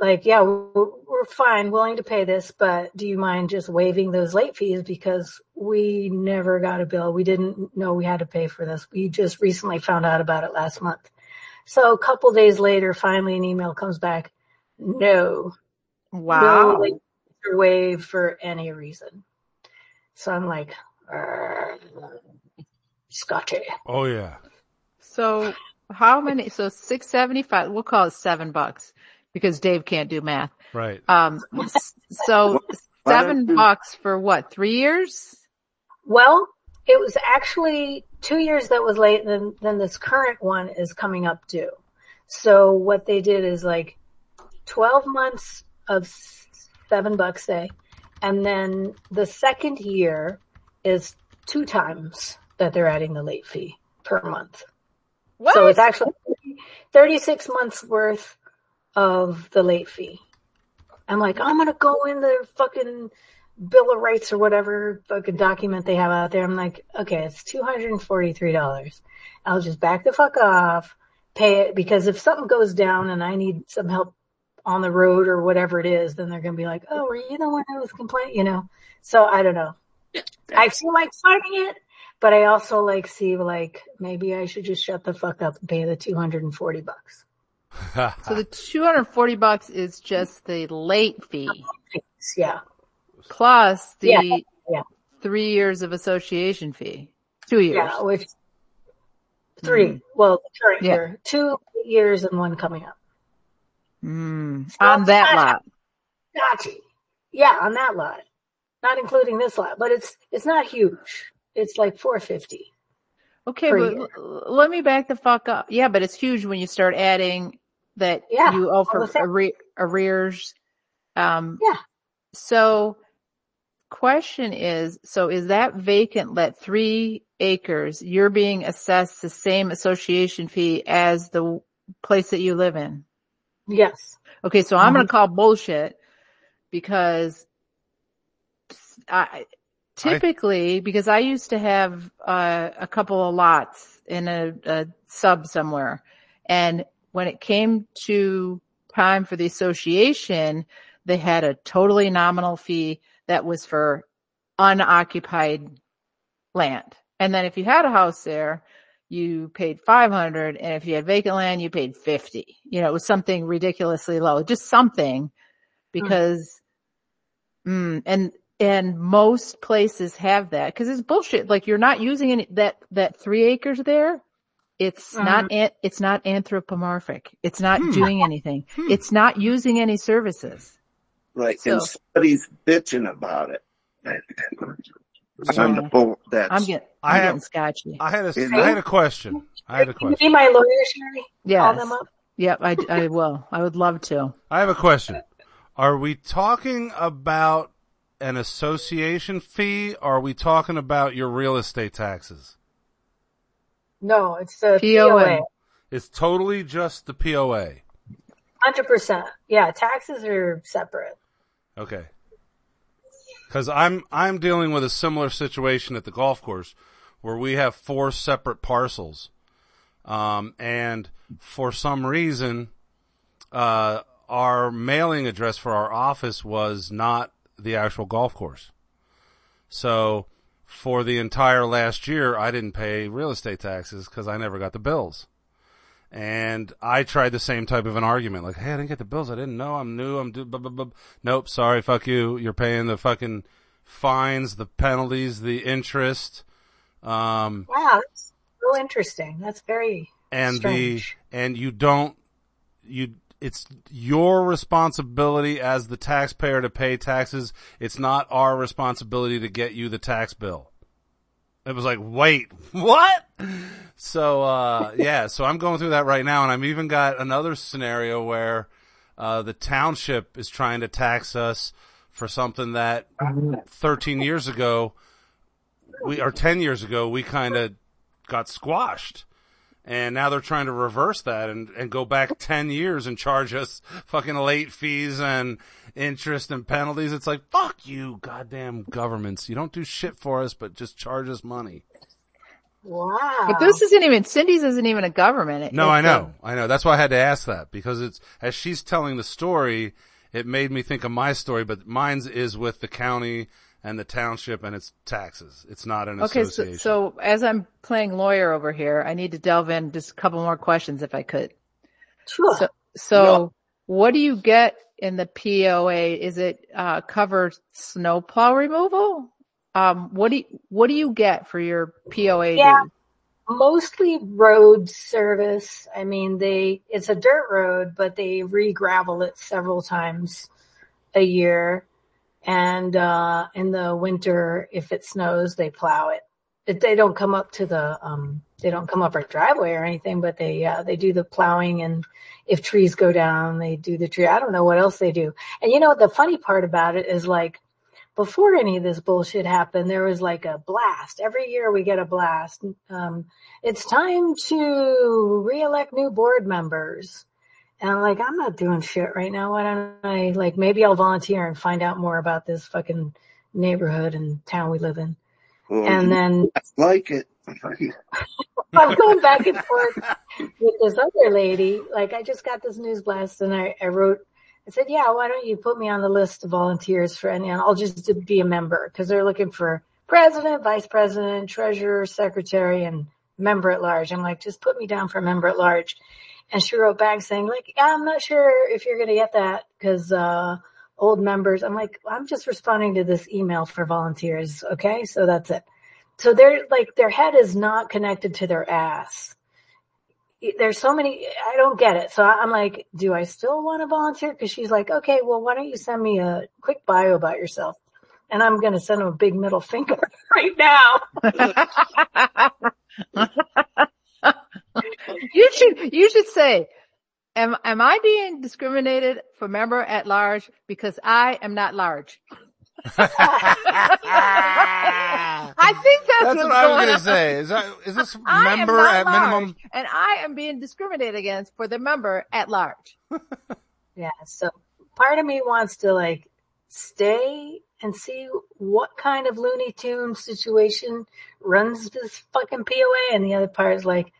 [SPEAKER 3] Like, yeah, we're, we're fine, willing to pay this, but do you mind just waiving those late fees because we never got a bill. We didn't know we had to pay for this. We just recently found out about it last month. So a couple days later, finally an email comes back. No, no
[SPEAKER 1] Wow.
[SPEAKER 3] like wave for any reason. So I'm like, "Uh, "Arr, scotchy.
[SPEAKER 2] Oh yeah.
[SPEAKER 1] So how many? So 675, we'll call it seven bucks because Dave can't do math.
[SPEAKER 2] Right.
[SPEAKER 1] Um, s- so
[SPEAKER 4] Why don't
[SPEAKER 1] seven
[SPEAKER 4] you
[SPEAKER 1] bucks for what? Three years?
[SPEAKER 3] Well, it was actually two years that was late, and then, then this current one is coming up due. So what they did is like 12 months of s- seven bucks, say, and then the second year is two times that they're adding the late fee per month.
[SPEAKER 1] What?
[SPEAKER 3] So it's actually 36 months worth of the late fee. I'm like, I'm gonna go in the fucking Bill of Rights or whatever fucking document they have out there. I'm like, okay, it's two hundred and forty three dollars. I'll just back the fuck off, pay it because if something goes down and I need some help on the road or whatever it is, then they're gonna be like, oh, were you the one who was complaining? You know. So I don't know. I feel like signing it, but I also like see like maybe I should just shut the fuck up and pay the two hundred and forty bucks.
[SPEAKER 1] So the 240 bucks is just the late fee
[SPEAKER 3] Yeah,
[SPEAKER 1] plus
[SPEAKER 3] yeah,
[SPEAKER 1] the
[SPEAKER 3] yeah,
[SPEAKER 1] three years of association fee. Two years. Mm-hmm.
[SPEAKER 3] yeah. Which three. Well, the current
[SPEAKER 1] Yeah.
[SPEAKER 3] year, two years and one coming up.
[SPEAKER 1] Mm.
[SPEAKER 3] So
[SPEAKER 1] On
[SPEAKER 3] it's
[SPEAKER 1] that
[SPEAKER 3] not
[SPEAKER 1] lot.
[SPEAKER 3] dodgy. Yeah, on that lot, not including this lot, but it's it's not huge. It's like four fifty
[SPEAKER 1] Okay,
[SPEAKER 3] per
[SPEAKER 1] but
[SPEAKER 3] year.
[SPEAKER 1] l- l- let me back the fuck up. Yeah, but it's huge when you start adding that
[SPEAKER 3] Yeah,
[SPEAKER 1] you owe
[SPEAKER 3] all the
[SPEAKER 1] for
[SPEAKER 3] things.
[SPEAKER 1] arre- arrears. Um,
[SPEAKER 3] Yeah,
[SPEAKER 1] so question is, so is that vacant let three acres, you're being assessed the same association fee as the w- place that you live in?
[SPEAKER 3] yes.
[SPEAKER 1] Okay, so I'm
[SPEAKER 3] hmm
[SPEAKER 1] going to call bullshit because I
[SPEAKER 2] I
[SPEAKER 1] typically because I used to have uh, a couple of lots in a, a sub somewhere, and when it came to time for the association, they had a totally nominal fee that was for unoccupied land. And then if you had a house there, you paid 500 and if you had vacant land, you paid 50. You know, it was something ridiculously low, just something because Mm, and and most places have that because it's bullshit. Like you're not using any that that three acres there. It's
[SPEAKER 3] Mm-hmm.
[SPEAKER 1] not an, it's not anthropomorphic. It's not
[SPEAKER 2] Uh-huh. hmm
[SPEAKER 1] doing anything.
[SPEAKER 2] hmm.
[SPEAKER 1] It's not using any services.
[SPEAKER 4] right? And
[SPEAKER 1] So
[SPEAKER 4] somebody's bitching about it on the
[SPEAKER 2] So
[SPEAKER 4] board.
[SPEAKER 1] I'm
[SPEAKER 4] That's
[SPEAKER 1] getting I'm
[SPEAKER 2] I have
[SPEAKER 1] getting scotchy.
[SPEAKER 2] I had a s- I
[SPEAKER 4] in
[SPEAKER 2] had
[SPEAKER 3] Right?
[SPEAKER 2] a question. I had a
[SPEAKER 3] You
[SPEAKER 2] question.
[SPEAKER 3] be my lawyer, Sherry. Call them
[SPEAKER 1] Yes.
[SPEAKER 3] up.
[SPEAKER 1] Yep. I d- I will. I would love to.
[SPEAKER 2] I have a question. Are we talking about an association fee? Or are we talking about your real estate taxes?
[SPEAKER 3] No, it's the
[SPEAKER 1] POA.
[SPEAKER 3] POA.
[SPEAKER 2] It's totally just the POA.
[SPEAKER 3] Hundred percent. Yeah, taxes are separate.
[SPEAKER 2] Okay. Cause I'm, I'm dealing with a similar situation at the golf course where we have four separate parcels. Um, and for some reason, uh, our mailing address for our office was not the actual golf course. So for the entire last year, I didn't pay real estate taxes cause I never got the bills. And I tried the same type of an argument, like, "Hey, I didn't get the bills. I didn't know. I'm new. I'm do." Blah, blah, blah. Nope. Sorry. Fuck you. You're paying the fucking fines, the penalties, the interest, um,
[SPEAKER 3] Wow, that's so interesting. That's very
[SPEAKER 2] and
[SPEAKER 3] strange.
[SPEAKER 2] the and you don't you. It's your responsibility as the taxpayer to pay taxes. It's not our responsibility to get you the tax bill. It was like, wait, what? So uh yeah, so I'm going through that right now and I've even got another scenario where uh the township is trying to tax us for something that 13 years ago we or 10 years ago we kind of got squashed. And now they're trying to reverse that and, and go back 10 years and charge us fucking late fees and interest and penalties. It's like, fuck you, goddamn governments. You don't do shit for us, but just charge us money.
[SPEAKER 3] Wow.
[SPEAKER 1] But this isn't even, Cindy's isn't even a government. It-
[SPEAKER 2] No, I
[SPEAKER 1] it's a-
[SPEAKER 2] know. I know. That's why I had to ask that because it's, as she's telling the story, it made me think of my story, but mine's is with the county and the township and it's taxes. It's not an
[SPEAKER 1] Okay, so,
[SPEAKER 2] association.
[SPEAKER 1] so as I'm playing lawyer over here, I need to delve in just a couple more questions if I could.
[SPEAKER 3] Sure.
[SPEAKER 1] So, so what do you get in the POA? Is it uh, cover snowplow removal? Um, what do you, what do you get for your POA?
[SPEAKER 3] Yeah.
[SPEAKER 1] dues?
[SPEAKER 3] mostly road service. I mean, they it's a dirt road, but they re-gravel it several times a year. And uh, in the winter, if it snows, they plow it. It- They don't come up to the um, they don't come up our driveway or anything, but they uh, they do the plowing. And if trees go down, they do the tree. I don't know what else they do. And you know the funny part about it is like before any of this bullshit happened, there was like a blast. Every year we get a blast. Um, it's time to reelect new board members. And I'm like, I'm not doing shit right now. Why don't I like maybe I'll volunteer and find out more about this fucking neighborhood and town we live in.
[SPEAKER 4] Well,
[SPEAKER 3] And
[SPEAKER 4] you
[SPEAKER 3] then
[SPEAKER 4] like it.
[SPEAKER 3] I'm going back and forth with this other lady. Like I just got this news blast and I, I wrote, I said, yeah, why don't you put me on the list of volunteers for any, I'll just be a member because they're looking for president, vice president, treasurer, secretary, and member at large. I'm like, just put me down for member at large. And she wrote back saying like, yeah, I'm not sure if you're going to get that because, uh, old members. I'm like, I'm just responding to this email for volunteers. Okay. So that's it. So they're like, their head is not connected to their ass there's so many i don't get it so I- i'm like do i still want to volunteer because she's like okay well why don't you send me a quick bio about yourself and i'm going to send him a big middle finger right now
[SPEAKER 1] you should you should say, am am I being discriminated for member at large because I am not large? I think that's,
[SPEAKER 2] That's
[SPEAKER 1] what's
[SPEAKER 2] what I was
[SPEAKER 1] going
[SPEAKER 2] gonna
[SPEAKER 1] on.
[SPEAKER 2] say. Is that is this
[SPEAKER 1] I am
[SPEAKER 2] member
[SPEAKER 1] not
[SPEAKER 2] at
[SPEAKER 1] large,
[SPEAKER 2] minimum?
[SPEAKER 1] and I am being discriminated against for the member at large.
[SPEAKER 3] yeah so part of me wants to like stay and see what kind of looney tune situation runs this fucking poa and the other part is like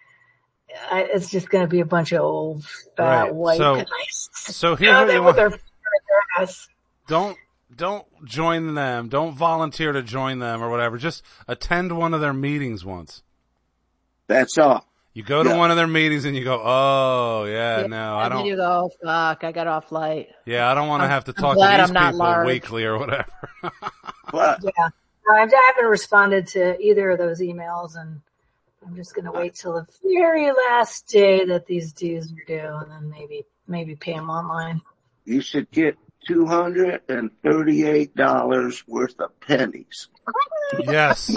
[SPEAKER 3] I, it's just going to be a bunch of old fat
[SPEAKER 2] Right.
[SPEAKER 3] white
[SPEAKER 2] So-
[SPEAKER 3] guys
[SPEAKER 2] So here's
[SPEAKER 3] out
[SPEAKER 2] what
[SPEAKER 3] there
[SPEAKER 2] you want.
[SPEAKER 3] with their finger in their ass
[SPEAKER 2] Don't don't join them. Don't volunteer to join them or whatever. Just attend one of their meetings once.
[SPEAKER 4] That's all.
[SPEAKER 2] You go to
[SPEAKER 4] Yeah.
[SPEAKER 2] one of their meetings and you go, "Oh yeah,
[SPEAKER 1] Yeah,
[SPEAKER 2] no, I
[SPEAKER 1] and then
[SPEAKER 2] don't.
[SPEAKER 1] you go, oh, fuck, I got off light.
[SPEAKER 2] Yeah, I don't want to
[SPEAKER 1] I'm-
[SPEAKER 2] have to
[SPEAKER 1] I'm
[SPEAKER 2] talk to
[SPEAKER 1] glad
[SPEAKER 2] these
[SPEAKER 1] I'm not
[SPEAKER 2] people
[SPEAKER 1] large.
[SPEAKER 2] weekly or whatever."
[SPEAKER 4] But
[SPEAKER 3] Yeah, No, I I haven't responded to either of those emails, and I'm just going to wait till the very last day that these dues are due, and then maybe maybe pay them online.
[SPEAKER 4] you should get $238 worth of pennies.
[SPEAKER 2] yes,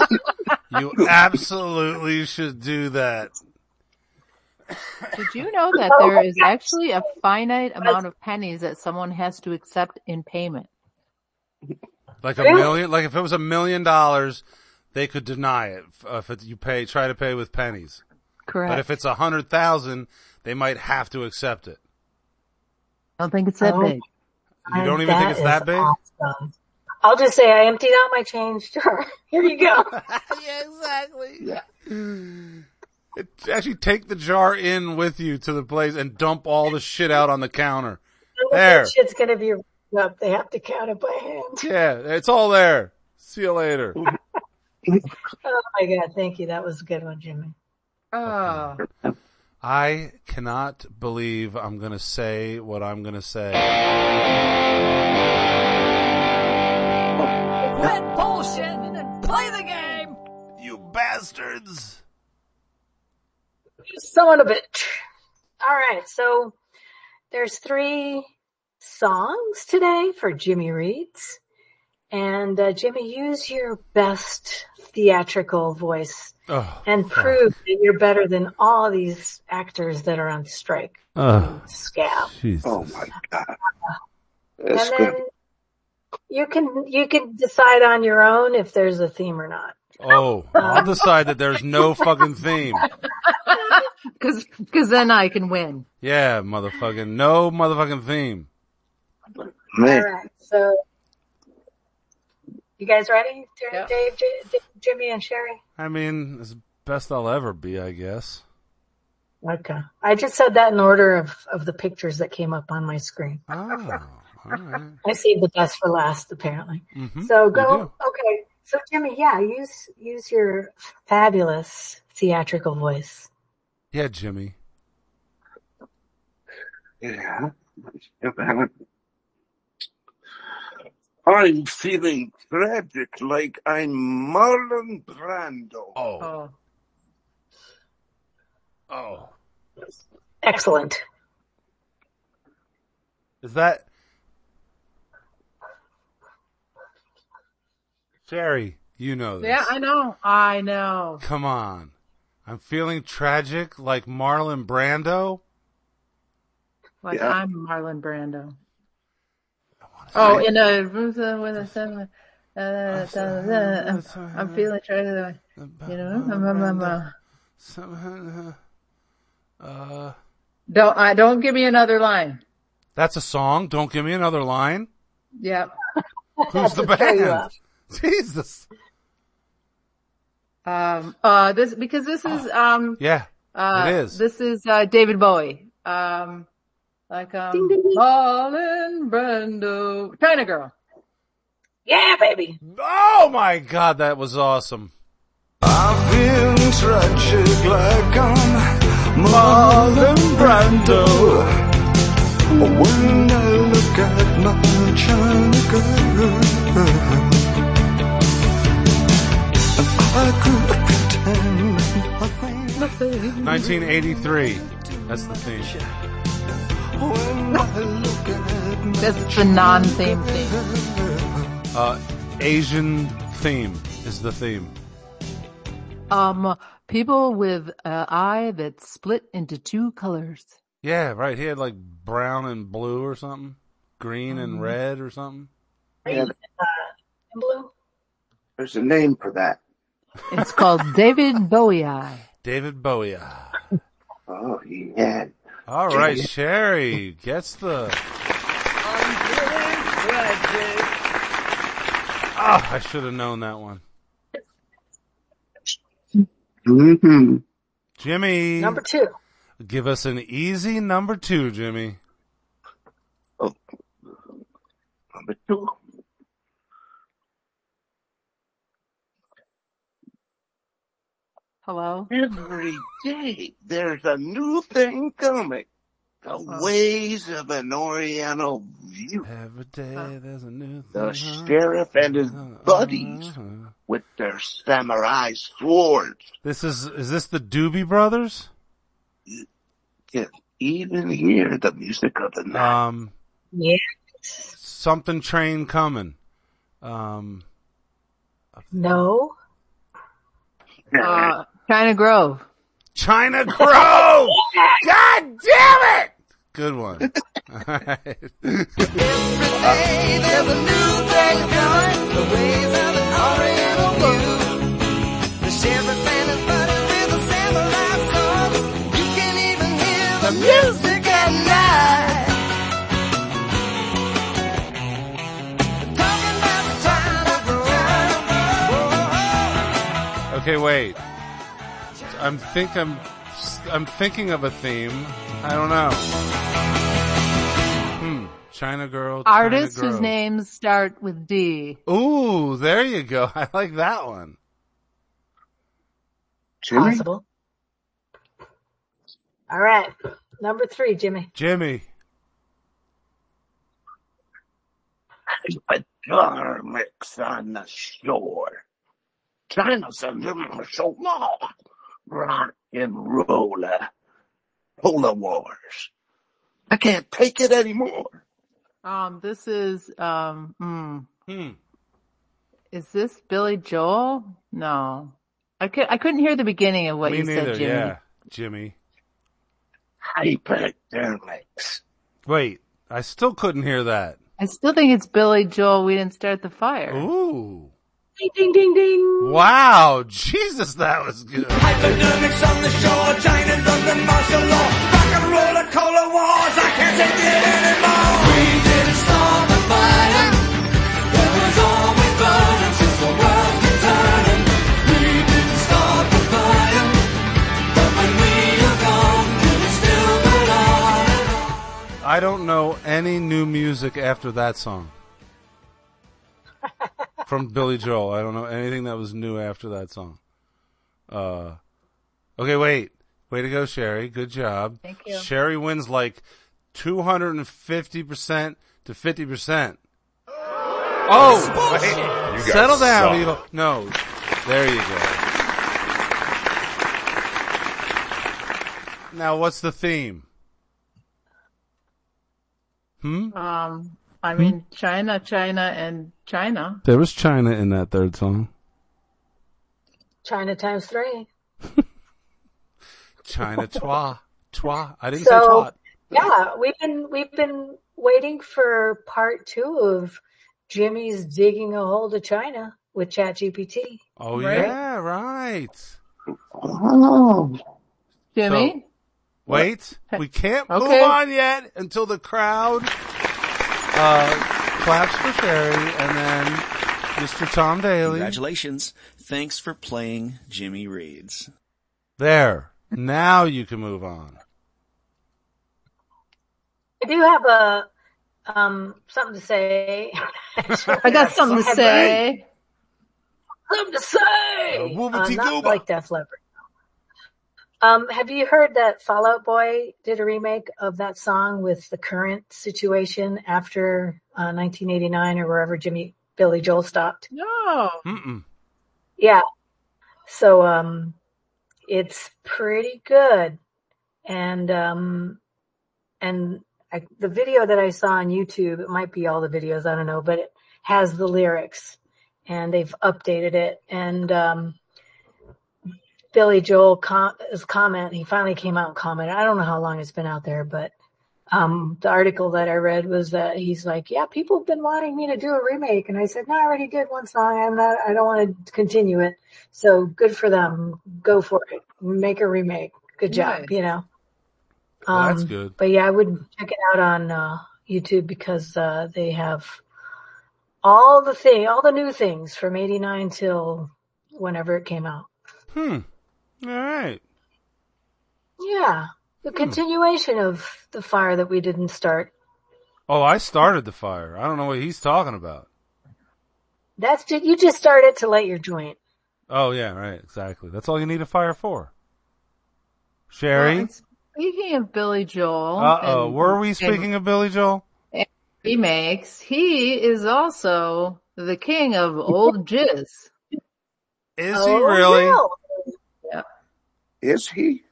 [SPEAKER 2] you absolutely should do that.
[SPEAKER 1] Did you know that there is actually a finite amount of pennies that someone has to accept in payment?
[SPEAKER 2] Like a
[SPEAKER 3] Really?
[SPEAKER 2] million, like if it was a million dollars, they could deny it f- uh, if it, you pay, try to pay with pennies.
[SPEAKER 1] Correct.
[SPEAKER 2] But if it's a hundred thousand, they might have to accept it.
[SPEAKER 1] I don't think it's that
[SPEAKER 3] Oh.
[SPEAKER 1] big.
[SPEAKER 2] You don't even think it's
[SPEAKER 3] is
[SPEAKER 2] that big?
[SPEAKER 3] awesome. I'll just say I emptied out my change jar. Here you go.
[SPEAKER 2] yeah, exactly.
[SPEAKER 4] Yeah.
[SPEAKER 2] It- actually, take the jar in with you to the place and dump all the shit out on the counter. There.
[SPEAKER 3] That shit's gonna be up. They have to count it by hand.
[SPEAKER 2] Yeah, it's all there. See you later.
[SPEAKER 3] Oh my god, thank you. That was a good one, Jimmy.
[SPEAKER 1] Oh,
[SPEAKER 2] I cannot believe I'm gonna say what I'm gonna say.
[SPEAKER 1] quit bullshit and then play the game.
[SPEAKER 2] You bastards!
[SPEAKER 3] Son of a bitch. All right, so there's three songs today for Jimmy Reeds, and uh, Jimmy, use your best theatrical voice
[SPEAKER 2] Oh,
[SPEAKER 3] and prove that you're better than all these actors that are on strike.
[SPEAKER 2] oh,
[SPEAKER 3] Scab.
[SPEAKER 2] Jesus.
[SPEAKER 4] Oh my god.
[SPEAKER 3] and
[SPEAKER 4] That's
[SPEAKER 3] then
[SPEAKER 4] good.
[SPEAKER 3] you can you can decide on your own if there's a theme or not.
[SPEAKER 2] Oh, I'll decide that there's no fucking theme.
[SPEAKER 1] Cause, cause then I can win.
[SPEAKER 2] Yeah, motherfucking, no motherfucking theme.
[SPEAKER 3] All
[SPEAKER 4] Man,
[SPEAKER 3] right, so you guys ready? Dave,
[SPEAKER 1] Yeah.
[SPEAKER 3] Dave, J- Dave, Jimmy, and Sherry.
[SPEAKER 2] I mean, as best I'll ever be, I guess.
[SPEAKER 3] Okay, I just said that in order of of the pictures that came up on my screen.
[SPEAKER 2] Oh, alright.
[SPEAKER 3] I see the best for last, apparently.
[SPEAKER 2] Mhm,
[SPEAKER 3] So
[SPEAKER 2] you
[SPEAKER 3] go.
[SPEAKER 2] do.
[SPEAKER 3] Okay, so Jimmy, yeah, use use your fabulous theatrical voice.
[SPEAKER 2] Yeah, Jimmy.
[SPEAKER 4] yeah. I'm feeling tragic like I'm Marlon Brando.
[SPEAKER 2] Oh,
[SPEAKER 1] Oh,
[SPEAKER 2] oh.
[SPEAKER 3] Excellent.
[SPEAKER 2] Is that Sherry? You know this.
[SPEAKER 1] yeah, I know. I know.
[SPEAKER 2] Come on. I'm feeling tragic like Marlon Brando.
[SPEAKER 1] Like
[SPEAKER 4] Yeah.
[SPEAKER 1] I'm Marlon Brando. Oh, in a with a seven. Uh, uh, uh, uh, I'm feeling trying to, you know, uh, uh, uh, uh.
[SPEAKER 2] Uh,
[SPEAKER 1] don't I don't give me another line.
[SPEAKER 2] that's a song. Don't give me another line.
[SPEAKER 1] Yep.
[SPEAKER 2] Who's the
[SPEAKER 3] That's a throw you
[SPEAKER 2] band?
[SPEAKER 3] off.
[SPEAKER 2] Jesus.
[SPEAKER 1] Um. Uh. This because this is um.
[SPEAKER 2] Yeah.
[SPEAKER 1] Uh,
[SPEAKER 2] It is.
[SPEAKER 1] This is uh, David Bowie. Um, like um,
[SPEAKER 3] Ding, ding, ding.
[SPEAKER 1] Marlon Brando, China Girl.
[SPEAKER 3] Yeah, baby.
[SPEAKER 2] Oh my God, that was awesome.
[SPEAKER 5] I've been tragic like I'm Marlon Brando. When I look at my China girl, I could pretend nothing
[SPEAKER 2] 1983. That's the theme.
[SPEAKER 5] when I look at my
[SPEAKER 1] That's the non-theme theme.
[SPEAKER 2] Uh, Asian theme is the theme.
[SPEAKER 1] Um, people with an eye that's split into two colors.
[SPEAKER 2] Yeah, right. He had like brown and blue or something, green and red or something.
[SPEAKER 4] Yeah,
[SPEAKER 3] Blue.
[SPEAKER 4] there's a name for that.
[SPEAKER 1] It's called David Bowie Eye.
[SPEAKER 2] David Bowie.
[SPEAKER 4] Oh yeah.
[SPEAKER 2] All right, Sherry gets the. Ah, I should have known that one.
[SPEAKER 4] hmm
[SPEAKER 2] Jimmy,
[SPEAKER 3] Number two.
[SPEAKER 2] give us an easy number two, Jimmy.
[SPEAKER 4] Oh. Number two.
[SPEAKER 1] Hello.
[SPEAKER 4] Every day there's a new thing coming. The ways of an Oriental view.
[SPEAKER 2] Every day there's a new thing.
[SPEAKER 4] The sheriff and his buddies with their samurai swords
[SPEAKER 2] This is, is this the Doobie Brothers?
[SPEAKER 4] can even hear the music of the night.
[SPEAKER 2] Um,
[SPEAKER 3] Yeah.
[SPEAKER 2] something train coming. Um,
[SPEAKER 3] No.
[SPEAKER 1] Uh, China Grove.
[SPEAKER 2] China Grove! God damn it! Good one. All right.
[SPEAKER 6] Music at night. Talking about the time of the world.
[SPEAKER 2] Okay, wait. I'm think I'm I'm thinking of a theme. I don't know. Hmm. China girl. China
[SPEAKER 1] Artists
[SPEAKER 2] girl.
[SPEAKER 1] whose names start with D.
[SPEAKER 2] Ooh, there you go. I like that one.
[SPEAKER 4] Jimmy?
[SPEAKER 3] Possible. All right. Number three, Jimmy.
[SPEAKER 2] Jimmy.
[SPEAKER 4] Guitar mix on the shore. China's a little so long. Rock and roller. Polar wars. I can't take it anymore.
[SPEAKER 1] Um, this is um, mm,
[SPEAKER 2] Hmm.
[SPEAKER 1] is this Billy Joel? No, I could I couldn't hear the beginning of what
[SPEAKER 2] Me
[SPEAKER 1] you
[SPEAKER 2] neither.
[SPEAKER 1] said, Jimmy.
[SPEAKER 2] Yeah. Jimmy.
[SPEAKER 4] Hypodermics.
[SPEAKER 2] Wait. I still couldn't hear that.
[SPEAKER 1] I still think it's Billy Joel. We didn't start the fire.
[SPEAKER 2] Ooh.
[SPEAKER 3] Ding, ding, ding, ding.
[SPEAKER 2] Wow. Jesus, that was good.
[SPEAKER 5] Hypodermics on the shore, China's under martial law. Rock and roller, cola wars, I can't take it anymore. We didn't start the fire. There was always burning since the world's been turning. We didn't start the fire. But when we are gone, will it still burn on and on?
[SPEAKER 2] I don't know any new music after that song. From Billy Joel. I don't know anything that was new after that song. Uh, okay, wait. Way to go, Sherry. Good job.
[SPEAKER 1] Thank you.
[SPEAKER 2] Sherry wins like 250% to 50%. Oh, wait.
[SPEAKER 7] You guys
[SPEAKER 2] Settle down,
[SPEAKER 7] suck.
[SPEAKER 2] Evil. No. There you go. Now, what's the theme? Hmm?
[SPEAKER 1] Um, I mean China, China, and China.
[SPEAKER 2] There was China in that third song.
[SPEAKER 3] China times three.
[SPEAKER 2] China twa twa. I didn't say
[SPEAKER 3] So
[SPEAKER 2] twat.
[SPEAKER 3] yeah, we've been we've been waiting for part two of Jimmy's digging a hole to China with ChatGPT.
[SPEAKER 2] Oh
[SPEAKER 1] Right.
[SPEAKER 2] yeah, right.
[SPEAKER 4] Oh,
[SPEAKER 1] Jimmy,
[SPEAKER 2] Wait, we can't move
[SPEAKER 1] Okay.
[SPEAKER 2] on yet until the crowd uh, claps for Sherry, and then Mr. Tom Daly.
[SPEAKER 8] Congratulations. Thanks for playing Jimmy Reads.
[SPEAKER 2] There, now you can move on.
[SPEAKER 3] I do have a um something to say.
[SPEAKER 1] I got something to say.
[SPEAKER 3] something to say.
[SPEAKER 2] Uh, wubba
[SPEAKER 3] Uh,
[SPEAKER 2] tee gooba.
[SPEAKER 3] not like Def Leppard. Um, have you heard that Fallout Boy did a remake of that song with the current situation after uh, 1989 or wherever Jimmy Billy Joel stopped?
[SPEAKER 1] No.
[SPEAKER 2] Mm-mm.
[SPEAKER 3] Yeah. So um, it's pretty good, and um, and I, the video that I saw on YouTube, it might be all the videos, I don't know, but it has the lyrics, and they've updated it, and um, Billy Joel com- his comment, he finally came out and commented. I don't know how long it's been out there, but um, the article that I read was that he's like, yeah, people have been wanting me to do a remake. And I said, no, I already did one song. I'm not, I don't want to continue it. So good for them. Go for it. Make a remake. Good job.
[SPEAKER 1] Nice.
[SPEAKER 3] You know?
[SPEAKER 2] Well,
[SPEAKER 1] Um,
[SPEAKER 2] that's good.
[SPEAKER 3] Um, But yeah, I would check it out on uh, YouTube because uh, they have all the thing, all the new things from 89 till whenever it came out.
[SPEAKER 2] Hmm. All right.
[SPEAKER 3] Yeah. The
[SPEAKER 2] Hmm.
[SPEAKER 3] continuation of the fire that we didn't start.
[SPEAKER 2] Oh, I started the fire. I don't know what he's talking about.
[SPEAKER 3] That's ju- you just started to light your joint.
[SPEAKER 2] Oh yeah, right. Exactly. That's all you need a fire for.
[SPEAKER 1] Well,
[SPEAKER 2] Sherry.
[SPEAKER 1] and speaking of Billy Joel,
[SPEAKER 2] Uh oh.
[SPEAKER 1] and-
[SPEAKER 2] Were we
[SPEAKER 1] and
[SPEAKER 2] speaking of Billy Joel?
[SPEAKER 1] remakes? He is also the king of old jizz.
[SPEAKER 2] Is
[SPEAKER 3] Oh,
[SPEAKER 2] he really?
[SPEAKER 3] no.
[SPEAKER 4] is he?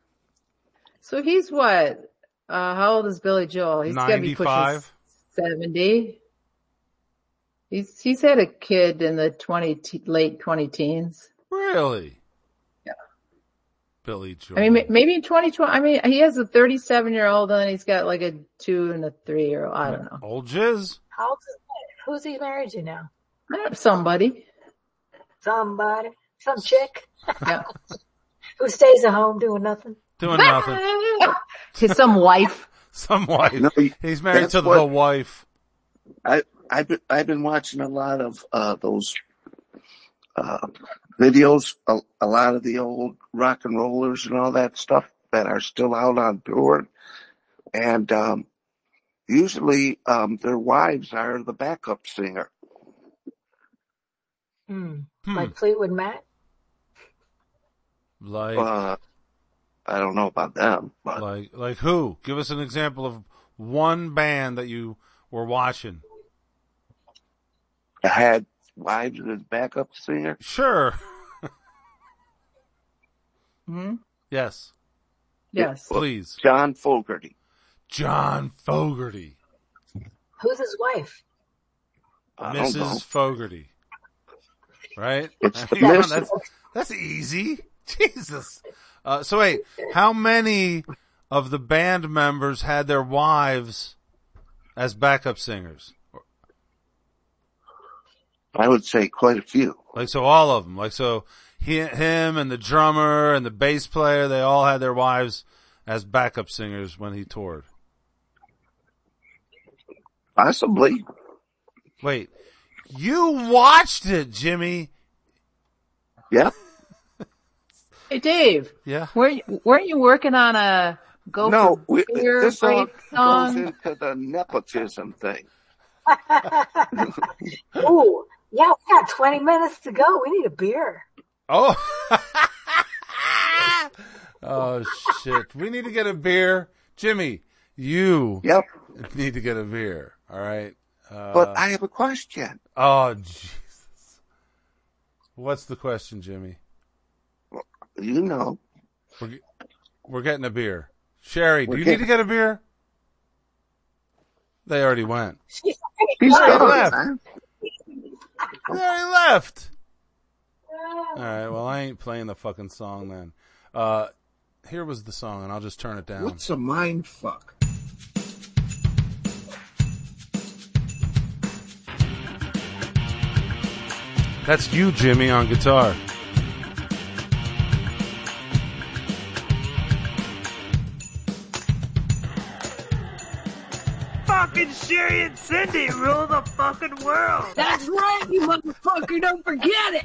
[SPEAKER 1] So he's what? Uh, how old is Billy Joel? He's gotta be pushing
[SPEAKER 2] 95.
[SPEAKER 1] seventy. He's he's had a kid in the twenty te- late twenty teens.
[SPEAKER 2] Really?
[SPEAKER 1] Yeah.
[SPEAKER 2] Billy Joel.
[SPEAKER 1] I mean, ma- maybe in 2020, I mean, he has a 37 year old and then he's got like a two and a three year old. I don't know.
[SPEAKER 2] old jizz.
[SPEAKER 3] How old is that? Who's he married to now?
[SPEAKER 1] I don't know, Somebody.
[SPEAKER 3] Somebody, some chick
[SPEAKER 1] Yeah.
[SPEAKER 3] who stays at home doing nothing.
[SPEAKER 2] Doing nothing.
[SPEAKER 1] His some wife.
[SPEAKER 2] Some wife.
[SPEAKER 4] No, you-
[SPEAKER 2] He's married
[SPEAKER 4] that's
[SPEAKER 2] to the
[SPEAKER 4] what-
[SPEAKER 2] wife.
[SPEAKER 4] I I've been, I've been watching a lot of uh, those uh, videos, a, a lot of the old rock and rollers and all that stuff that are still out on tour, and um, usually um, their wives are the backup singer.
[SPEAKER 3] Hmm.
[SPEAKER 2] Hmm.
[SPEAKER 3] Like Fleetwood Mac.
[SPEAKER 2] Like,
[SPEAKER 4] Uh, I don't know about them, but
[SPEAKER 2] like, like who? Give us an example of one band that you were watching.
[SPEAKER 4] I had wives as backup singer.
[SPEAKER 2] Sure.
[SPEAKER 1] hmm
[SPEAKER 2] Yes.
[SPEAKER 1] Yes.
[SPEAKER 2] Please.
[SPEAKER 4] John Fogerty.
[SPEAKER 2] John Fogerty.
[SPEAKER 3] Who's his wife?
[SPEAKER 4] I don't know.
[SPEAKER 2] Mrs. Fogerty. Right?
[SPEAKER 4] It's the
[SPEAKER 2] Come on,
[SPEAKER 4] Mrs.
[SPEAKER 2] that's, that's easy. Jesus. Uh, so wait, how many of the band members had their wives as backup singers?
[SPEAKER 4] I would say quite a few.
[SPEAKER 2] Like, so all of them. Like, so he, him and the drummer and the bass player, they all had their wives as backup singers when he toured.
[SPEAKER 4] Possibly.
[SPEAKER 2] Wait, you watched it, Jimmy.
[SPEAKER 4] Yeah.
[SPEAKER 1] Hey, Dave,
[SPEAKER 2] Yeah.
[SPEAKER 1] weren't, weren't you working on a go
[SPEAKER 4] no,
[SPEAKER 1] for
[SPEAKER 4] we,
[SPEAKER 1] beer
[SPEAKER 4] this all
[SPEAKER 1] break song?
[SPEAKER 4] goes into the nepotism thing.
[SPEAKER 3] Ooh, yeah, we got 20 minutes to go. We need a beer.
[SPEAKER 2] Oh. oh shit. We need to get a beer. Jimmy, you
[SPEAKER 4] Yep.
[SPEAKER 2] need to get a beer. All right. Uh,
[SPEAKER 4] But I have a question.
[SPEAKER 2] oh Jesus. What's the question, Jimmy?
[SPEAKER 4] You know,
[SPEAKER 2] We're, ge- we're getting a beer. Sherry, do
[SPEAKER 4] We're
[SPEAKER 2] you need to
[SPEAKER 4] getting-
[SPEAKER 2] get a beer? They already went.
[SPEAKER 3] She's
[SPEAKER 4] he's
[SPEAKER 2] Alright,
[SPEAKER 4] gone,
[SPEAKER 2] left.
[SPEAKER 4] man.
[SPEAKER 2] They already left. All right. Well, I ain't playing the fucking song then. Uh, here was the song and I'll just turn it down.
[SPEAKER 7] What's a mind fuck?
[SPEAKER 2] That's you, Jimmy, on guitar.
[SPEAKER 9] Fucking Sherry and Cindy rule the fucking world.
[SPEAKER 5] That's right, you motherfucker. Don't forget it.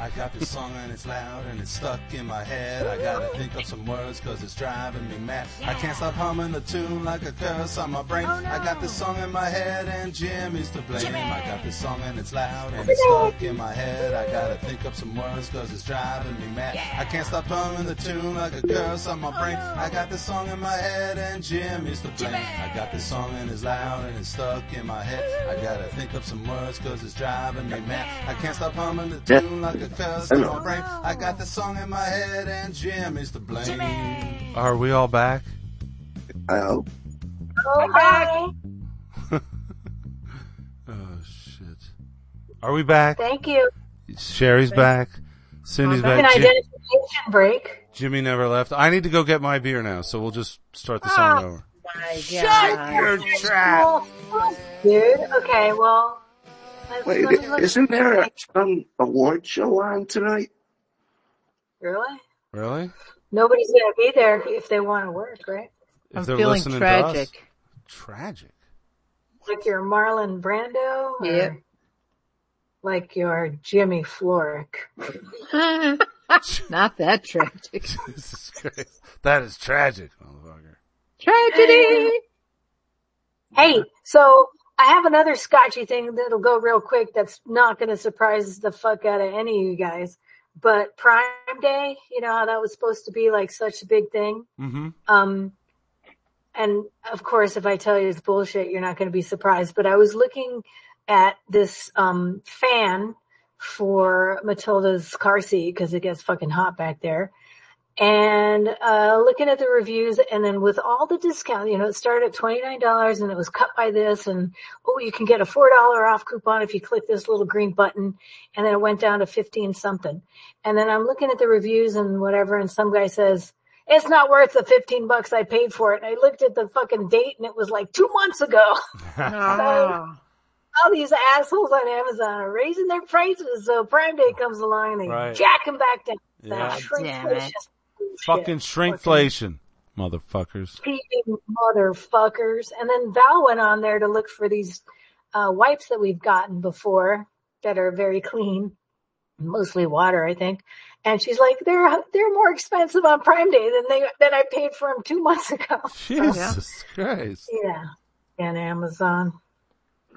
[SPEAKER 2] I got this song and it's loud and it's stuck in my head. I gotta think up some words cause it's driving me mad. I can't stop humming the tune like a curse on my brain. I got this song in my head and Jimmy's to blame. I got this song and it's loud and it's stuck in my head. I gotta think up some words cause it's driving me mad. I can't stop humming the tune like a curse on my brain. I got this song in my head and Jimmy's to blame. I got this song and it's loud and it's stuck in my head. I gotta think up some words cause it's driving me mad. I can't stop humming the
[SPEAKER 4] Yeah.
[SPEAKER 2] tune like a curse
[SPEAKER 4] Hello.
[SPEAKER 2] on my brain. I got this song in my head and Jimmy's to blame. Are we all back?
[SPEAKER 4] Oh,
[SPEAKER 3] back.
[SPEAKER 2] Oh shit. Are we back?
[SPEAKER 3] Thank you.
[SPEAKER 2] Sherry's back. Cindy's
[SPEAKER 3] An
[SPEAKER 2] back. Jim-
[SPEAKER 3] identification break.
[SPEAKER 2] Jimmy never left. I need to go get my beer now, so we'll just start the song over.
[SPEAKER 1] Shut your
[SPEAKER 3] Well, fuck, dude. Okay, well. let's-
[SPEAKER 4] wait,
[SPEAKER 3] let me look-
[SPEAKER 4] isn't there a, some award show on tonight?
[SPEAKER 3] Really?
[SPEAKER 2] Really?
[SPEAKER 3] Nobody's going to be there if they want to work, right?
[SPEAKER 1] I'm
[SPEAKER 2] If they're
[SPEAKER 1] feeling
[SPEAKER 2] listening to us-
[SPEAKER 1] tragic.
[SPEAKER 2] Tragic.
[SPEAKER 3] Like your Marlon Brando? or
[SPEAKER 1] Yep.
[SPEAKER 3] Like your Jimmy Florick?
[SPEAKER 1] Not that tragic.
[SPEAKER 2] Jesus Christ. That is tragic, motherfucker.
[SPEAKER 1] Tragedy.
[SPEAKER 3] Hey, so I have another scotchy thing that'll go real quick that's not going to surprise the fuck out of any of you guys. But Prime Day, you know how that was supposed to be like such a big thing?
[SPEAKER 2] Mm-hmm.
[SPEAKER 3] Um, and of course, if I tell you it's bullshit, you're not going to be surprised. But I was looking at this um, fan for Matilda's car seat because it gets fucking hot back there. and uh, looking at the reviews and then with all the discount, you know, it started at $29 and it was cut by this and, oh, you can get a $4 off coupon if you click this little green button. And then it went down to 15 something. And then I'm looking at the reviews and whatever. And some guy says, it's not worth the 15 bucks I paid for it. And I looked at the fucking date and it was like two months ago.
[SPEAKER 1] Ah.
[SPEAKER 3] all these assholes on Amazon are raising their prices. So Prime Day comes along and they
[SPEAKER 2] Right.
[SPEAKER 3] jack them back down.
[SPEAKER 2] Yeah.
[SPEAKER 3] That
[SPEAKER 1] Damn it.
[SPEAKER 3] shrinkflation bullshit.
[SPEAKER 2] Fucking shrinkflation, motherfuckers.
[SPEAKER 3] Feeding motherfuckers. And then Val went on there to look for these uh, wipes that we've gotten before that are very clean, mostly water, I think. And she's like, they're they're more expensive on Prime Day than they than I paid for them two months ago.
[SPEAKER 2] Jesus Christ.
[SPEAKER 3] Yeah, and Amazon.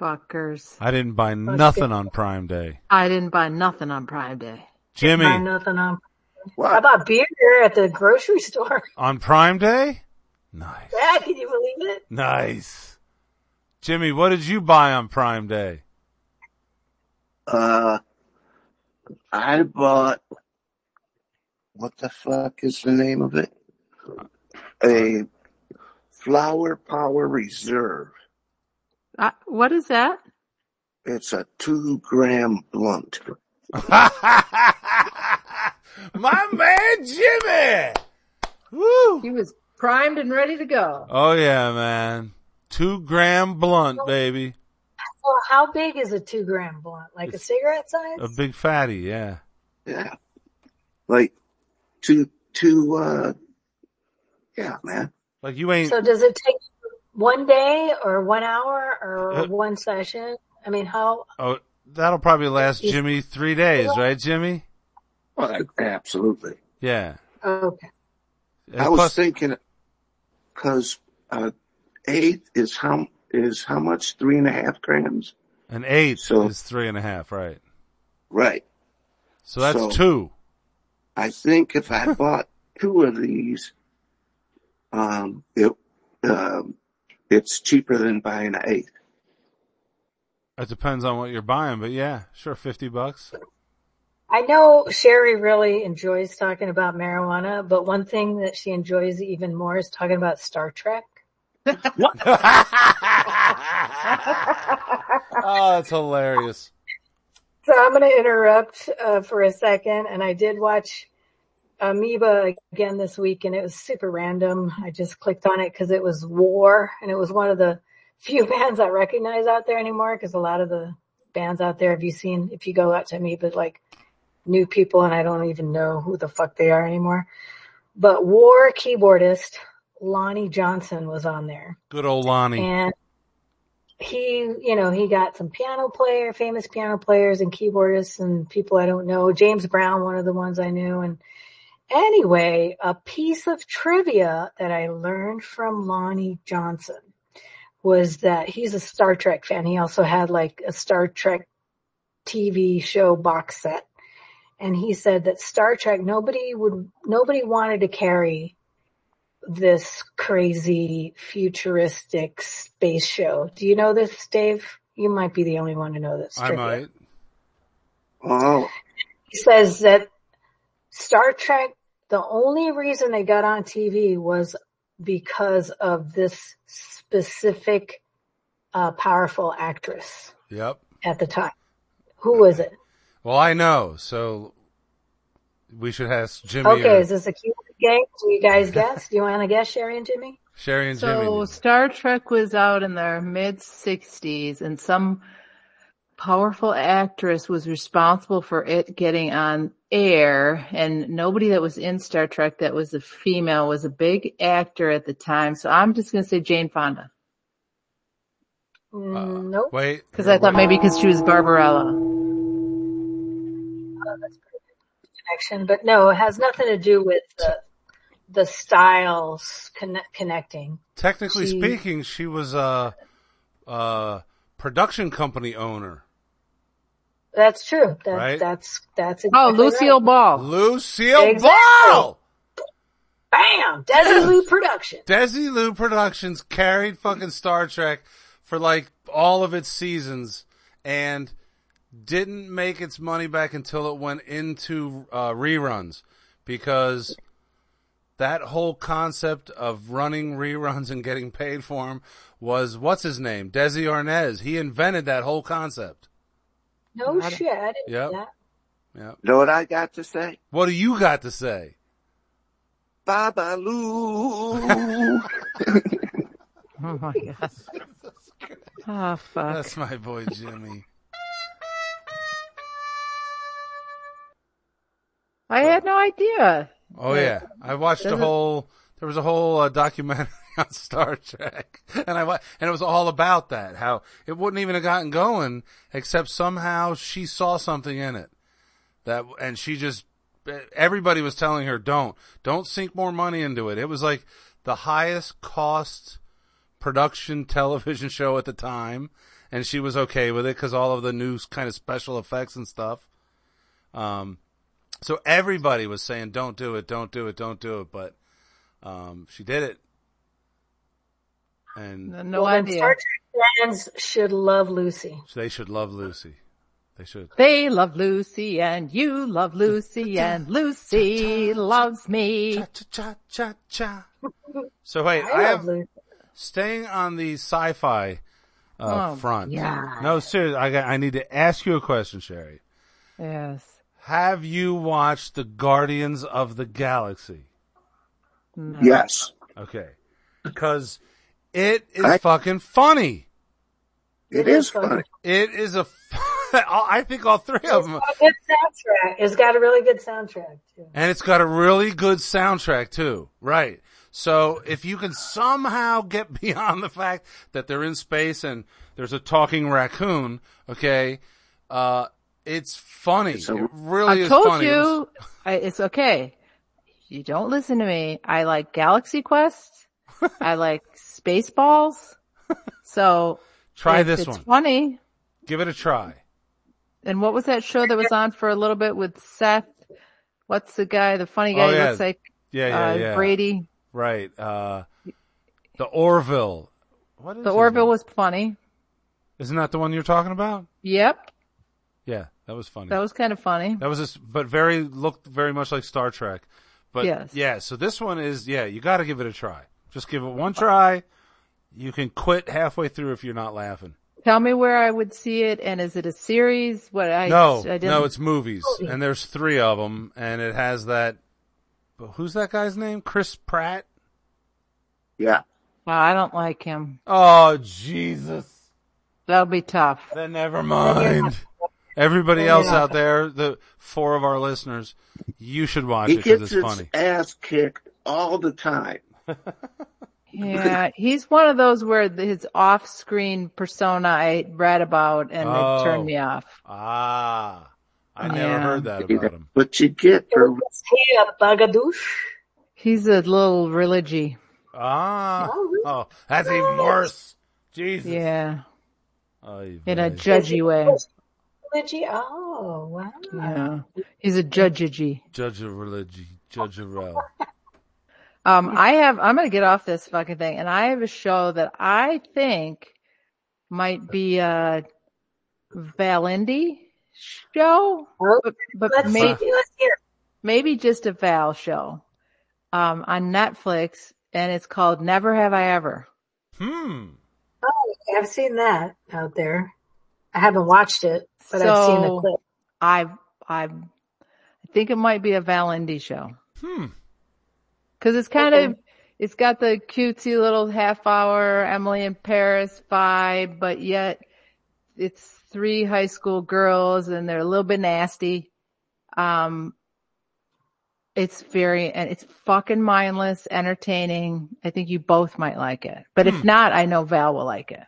[SPEAKER 1] Fuckers.
[SPEAKER 2] I didn't buy nothing on Prime Day.
[SPEAKER 1] I didn't buy nothing on Prime Day.
[SPEAKER 3] Buy
[SPEAKER 2] Jimmy,
[SPEAKER 3] nothing on. I
[SPEAKER 4] What?
[SPEAKER 3] bought beer at the grocery store.
[SPEAKER 2] on Prime Day? Nice.
[SPEAKER 3] Yeah, can you believe it?
[SPEAKER 2] Nice. Jimmy, what did you buy on Prime Day?
[SPEAKER 4] Uh, I bought. What the fuck is the name of it? A Flower Power Reserve.
[SPEAKER 1] Uh, what is that?
[SPEAKER 4] It's a two gram blunt.
[SPEAKER 2] My man, Jimmy! Woo!
[SPEAKER 1] He was primed and ready to go.
[SPEAKER 2] Oh yeah, man. Two gram blunt,
[SPEAKER 1] Oh,
[SPEAKER 2] baby.
[SPEAKER 3] Well, how big is a two gram blunt? Like a cigarette size?
[SPEAKER 2] A big fatty, yeah.
[SPEAKER 4] Yeah. Like two, two, uh, yeah, man.
[SPEAKER 2] Like you ain't
[SPEAKER 3] so does it take one day or one hour or
[SPEAKER 2] Uh,
[SPEAKER 3] one session? I mean, how?
[SPEAKER 2] Oh, that'll probably last Jimmy three days, right, Jimmy?
[SPEAKER 4] Well, absolutely.
[SPEAKER 2] Yeah.
[SPEAKER 3] Okay.
[SPEAKER 2] And
[SPEAKER 4] I was
[SPEAKER 2] plus-
[SPEAKER 4] thinking, cause, uh, eight is how, is how much? Three and a half grams?
[SPEAKER 2] an eighth
[SPEAKER 4] So-
[SPEAKER 2] is three and a half, right?
[SPEAKER 4] Right.
[SPEAKER 2] So that's
[SPEAKER 4] So-
[SPEAKER 2] two.
[SPEAKER 4] I think if I bought two of these, um, it, um, it's cheaper than buying an eight.
[SPEAKER 2] It depends on what you're buying, but yeah, sure, fifty bucks.
[SPEAKER 3] I know Sherry really enjoys talking about marijuana, but one thing that she enjoys even more is talking about Star Trek.
[SPEAKER 2] Oh, that's hilarious.
[SPEAKER 3] So I'm going to interrupt uh, for a second. And I did watch Amoeba again this week and it was super random. I just clicked on it because it was war and it was one of the few bands I recognize out there anymore because a lot of the bands out there have you seen if you go out to Amoeba like new people and I don't even know who the fuck they are anymore. But war keyboardist Lonnie Johnson was on there
[SPEAKER 2] Good old Lonnie.
[SPEAKER 3] and he, you know, he got some piano player, famous piano players and keyboardists and people I don't know. James Brown, one of the ones I knew. And anyway, a piece of trivia that I learned from Lonnie Johnson was that he's a Star Trek fan. He also had like a Star Trek TV show box set. And he said that Star Trek, nobody would, nobody wanted to carry this crazy futuristic space show. Do you know this, Dave? You might be the only one to know this.
[SPEAKER 2] I
[SPEAKER 3] trivia.
[SPEAKER 2] might.
[SPEAKER 4] Oh,
[SPEAKER 3] He says that Star Trek, the only reason they got on TV was because of this specific uh, powerful actress
[SPEAKER 2] Yep.
[SPEAKER 3] at the time. Who was it?
[SPEAKER 2] Well, I know. So we should ask Jimmy uh,
[SPEAKER 3] Okay,
[SPEAKER 2] or
[SPEAKER 3] is this a cute game? Do you guys guess? Do you want to guess, Sherry and Jimmy?
[SPEAKER 2] Sherry and
[SPEAKER 1] So
[SPEAKER 2] Jimmy.
[SPEAKER 1] Star Trek was out in the mid 60s and some powerful actress was responsible for it getting on air and nobody that was in Star Trek that was a female was a big actor at the time. So I'm just going to say Jane Fonda
[SPEAKER 2] Uh,
[SPEAKER 3] Mm, nope.
[SPEAKER 2] Wait.
[SPEAKER 1] because I thought maybe because she was Barbarella.
[SPEAKER 3] connection, but no, it has nothing to do with the the styles connect, connecting.
[SPEAKER 2] Technically
[SPEAKER 3] She-
[SPEAKER 2] speaking, she was a, a production company owner.
[SPEAKER 3] That's true. That,
[SPEAKER 2] Right.
[SPEAKER 3] That's that's
[SPEAKER 1] Oh,
[SPEAKER 3] exactly
[SPEAKER 1] Lucille
[SPEAKER 3] right.
[SPEAKER 1] Ball.
[SPEAKER 2] Lucille
[SPEAKER 3] Exactly.
[SPEAKER 2] Ball!
[SPEAKER 3] Bam, Desi Lou production.
[SPEAKER 2] Desi Lou Productions carried fucking Star Trek for like all of its seasons and didn't make its money back until it went into uh, reruns because that whole concept of running reruns and getting paid for them was what's his name? Desi Arnaz. He invented that whole concept.
[SPEAKER 3] No shit. I didn't
[SPEAKER 2] Yep.
[SPEAKER 3] know that.
[SPEAKER 2] Yeah.
[SPEAKER 4] You know what I got to say?
[SPEAKER 2] What do you got to say?
[SPEAKER 4] Baba Lou.
[SPEAKER 1] Oh my god. Oh fuck.
[SPEAKER 2] That's my boy Jimmy.
[SPEAKER 1] I had no idea.
[SPEAKER 2] Oh yeah, I watched a
[SPEAKER 1] Doesn't-
[SPEAKER 2] whole. There was a whole uh, documentary on Star Trek, and I wa- and it was all about that. How it wouldn't even have gotten going except somehow she saw something in it that, and she just. Everybody was telling her, "Don't, don't sink more money into it." It was like the highest cost production television show at the time, and she was okay with it because all of the new kind of special effects and stuff. Um, so everybody was saying, "Don't do it, don't do it, don't do it," but um, she did it, and
[SPEAKER 1] No, no
[SPEAKER 3] Well, then
[SPEAKER 1] idea.
[SPEAKER 3] Star Trek fans should love Lucy.
[SPEAKER 2] so they should love Lucy. They should.
[SPEAKER 1] They love Lucy and you love Lucy and Lucy loves me.
[SPEAKER 2] Cha cha cha cha cha. So wait,
[SPEAKER 3] I,
[SPEAKER 2] I
[SPEAKER 3] love
[SPEAKER 2] have
[SPEAKER 3] Lucy.
[SPEAKER 2] staying on the sci-fi uh,
[SPEAKER 1] Oh,
[SPEAKER 2] front.
[SPEAKER 1] yeah.
[SPEAKER 2] No, seriously, I got, I need to ask you a question, Sherry.
[SPEAKER 1] Yes.
[SPEAKER 2] Have you watched the Guardians of the Galaxy?
[SPEAKER 1] No.
[SPEAKER 4] yes,
[SPEAKER 2] Okay, because it is
[SPEAKER 4] I-
[SPEAKER 2] fucking funny.
[SPEAKER 4] it is funny.
[SPEAKER 2] It is a. F- I think all three of them.
[SPEAKER 3] It's got a good soundtrack. It's got a really good soundtrack too.
[SPEAKER 2] And it's got a really good soundtrack too. Right. So if you can somehow get beyond the fact that they're in space and there's a talking raccoon, okay, uh, it's funny.
[SPEAKER 4] It's a-
[SPEAKER 2] it really
[SPEAKER 1] I
[SPEAKER 2] is
[SPEAKER 1] told
[SPEAKER 2] funny. It was-
[SPEAKER 1] you I, it's okay. You don't listen to me. I like Galaxy Quest. I like Spaceballs. So
[SPEAKER 2] try
[SPEAKER 1] if
[SPEAKER 2] this
[SPEAKER 1] it's
[SPEAKER 2] one.
[SPEAKER 1] funny.
[SPEAKER 2] Give it a try.
[SPEAKER 1] And what was that show that was on for a little bit with Seth? What's the guy, the funny
[SPEAKER 2] Oh,
[SPEAKER 1] guy who
[SPEAKER 2] yeah.
[SPEAKER 1] looks like
[SPEAKER 2] Yeah, yeah,
[SPEAKER 1] uh,
[SPEAKER 2] yeah.
[SPEAKER 1] Brady?
[SPEAKER 2] Right. Uh, the Orville. What is
[SPEAKER 1] The
[SPEAKER 2] his
[SPEAKER 1] Orville
[SPEAKER 2] name?
[SPEAKER 1] was funny.
[SPEAKER 2] Isn't that the one you're talking about?
[SPEAKER 1] Yep.
[SPEAKER 2] Yeah, that was funny.
[SPEAKER 1] That was kind of funny.
[SPEAKER 2] That was just, but very looked very much like Star Trek. But
[SPEAKER 1] Yes.
[SPEAKER 2] yeah, so this one is yeah, you got to give it a try. Just give it one try. You can quit halfway through if you're not laughing.
[SPEAKER 1] Tell me where I would see it, and is it a series? What I
[SPEAKER 2] no,
[SPEAKER 1] I didn't,
[SPEAKER 2] no, it's movies, and there's three of them, and it has that. But who's that guy's name? Chris Pratt.
[SPEAKER 4] Yeah.
[SPEAKER 1] Wow, I don't like him.
[SPEAKER 2] Oh Jesus!
[SPEAKER 1] That'll be tough.
[SPEAKER 2] Then never mind. Everybody else out there, the four of our listeners, you should watch
[SPEAKER 4] He
[SPEAKER 2] it because
[SPEAKER 4] gets
[SPEAKER 2] it's
[SPEAKER 4] his
[SPEAKER 2] funny.
[SPEAKER 4] ass kicked all the time.
[SPEAKER 1] Yeah, he's one of those where th- his off-screen persona I read about and
[SPEAKER 2] Oh.
[SPEAKER 1] it turned me off.
[SPEAKER 2] Ah, I never
[SPEAKER 1] Yeah.
[SPEAKER 2] heard that about him.
[SPEAKER 4] But you get her.
[SPEAKER 3] Is he a bugadoosh?
[SPEAKER 1] He's a little religy.
[SPEAKER 2] Ah,
[SPEAKER 3] Oh, really?
[SPEAKER 2] oh, that's even worse. Jesus.
[SPEAKER 1] Yeah,
[SPEAKER 2] Oy
[SPEAKER 1] in a
[SPEAKER 2] vey.
[SPEAKER 1] judgy way.
[SPEAKER 3] Religy? Oh wow.
[SPEAKER 1] Yeah, he's a judgy.
[SPEAKER 2] judge of religion, judge of rel.
[SPEAKER 1] Um, I have, I'm going to get off this fucking thing and I have a show that I think might be a Valendi show,
[SPEAKER 3] Oh,
[SPEAKER 1] but, but
[SPEAKER 3] let's see.
[SPEAKER 1] may,
[SPEAKER 3] Let's hear.
[SPEAKER 1] maybe just a Val show, um, on Netflix and it's called Never Have I Ever.
[SPEAKER 2] Hmm.
[SPEAKER 3] Oh, I've seen that out there. I haven't watched it, but I've seen
[SPEAKER 1] So-
[SPEAKER 3] the clip.
[SPEAKER 1] I, I, I think it might be a Valendi show.
[SPEAKER 2] Hmm.
[SPEAKER 1] Cause it's kind of, it's got the cutesy little half hour Emily in Paris vibe, but yet it's three high school girls and they're a little bit nasty. Um, it's very, and it's fucking mindless, entertaining. I think you both might like it, but if not, I know Val will like it.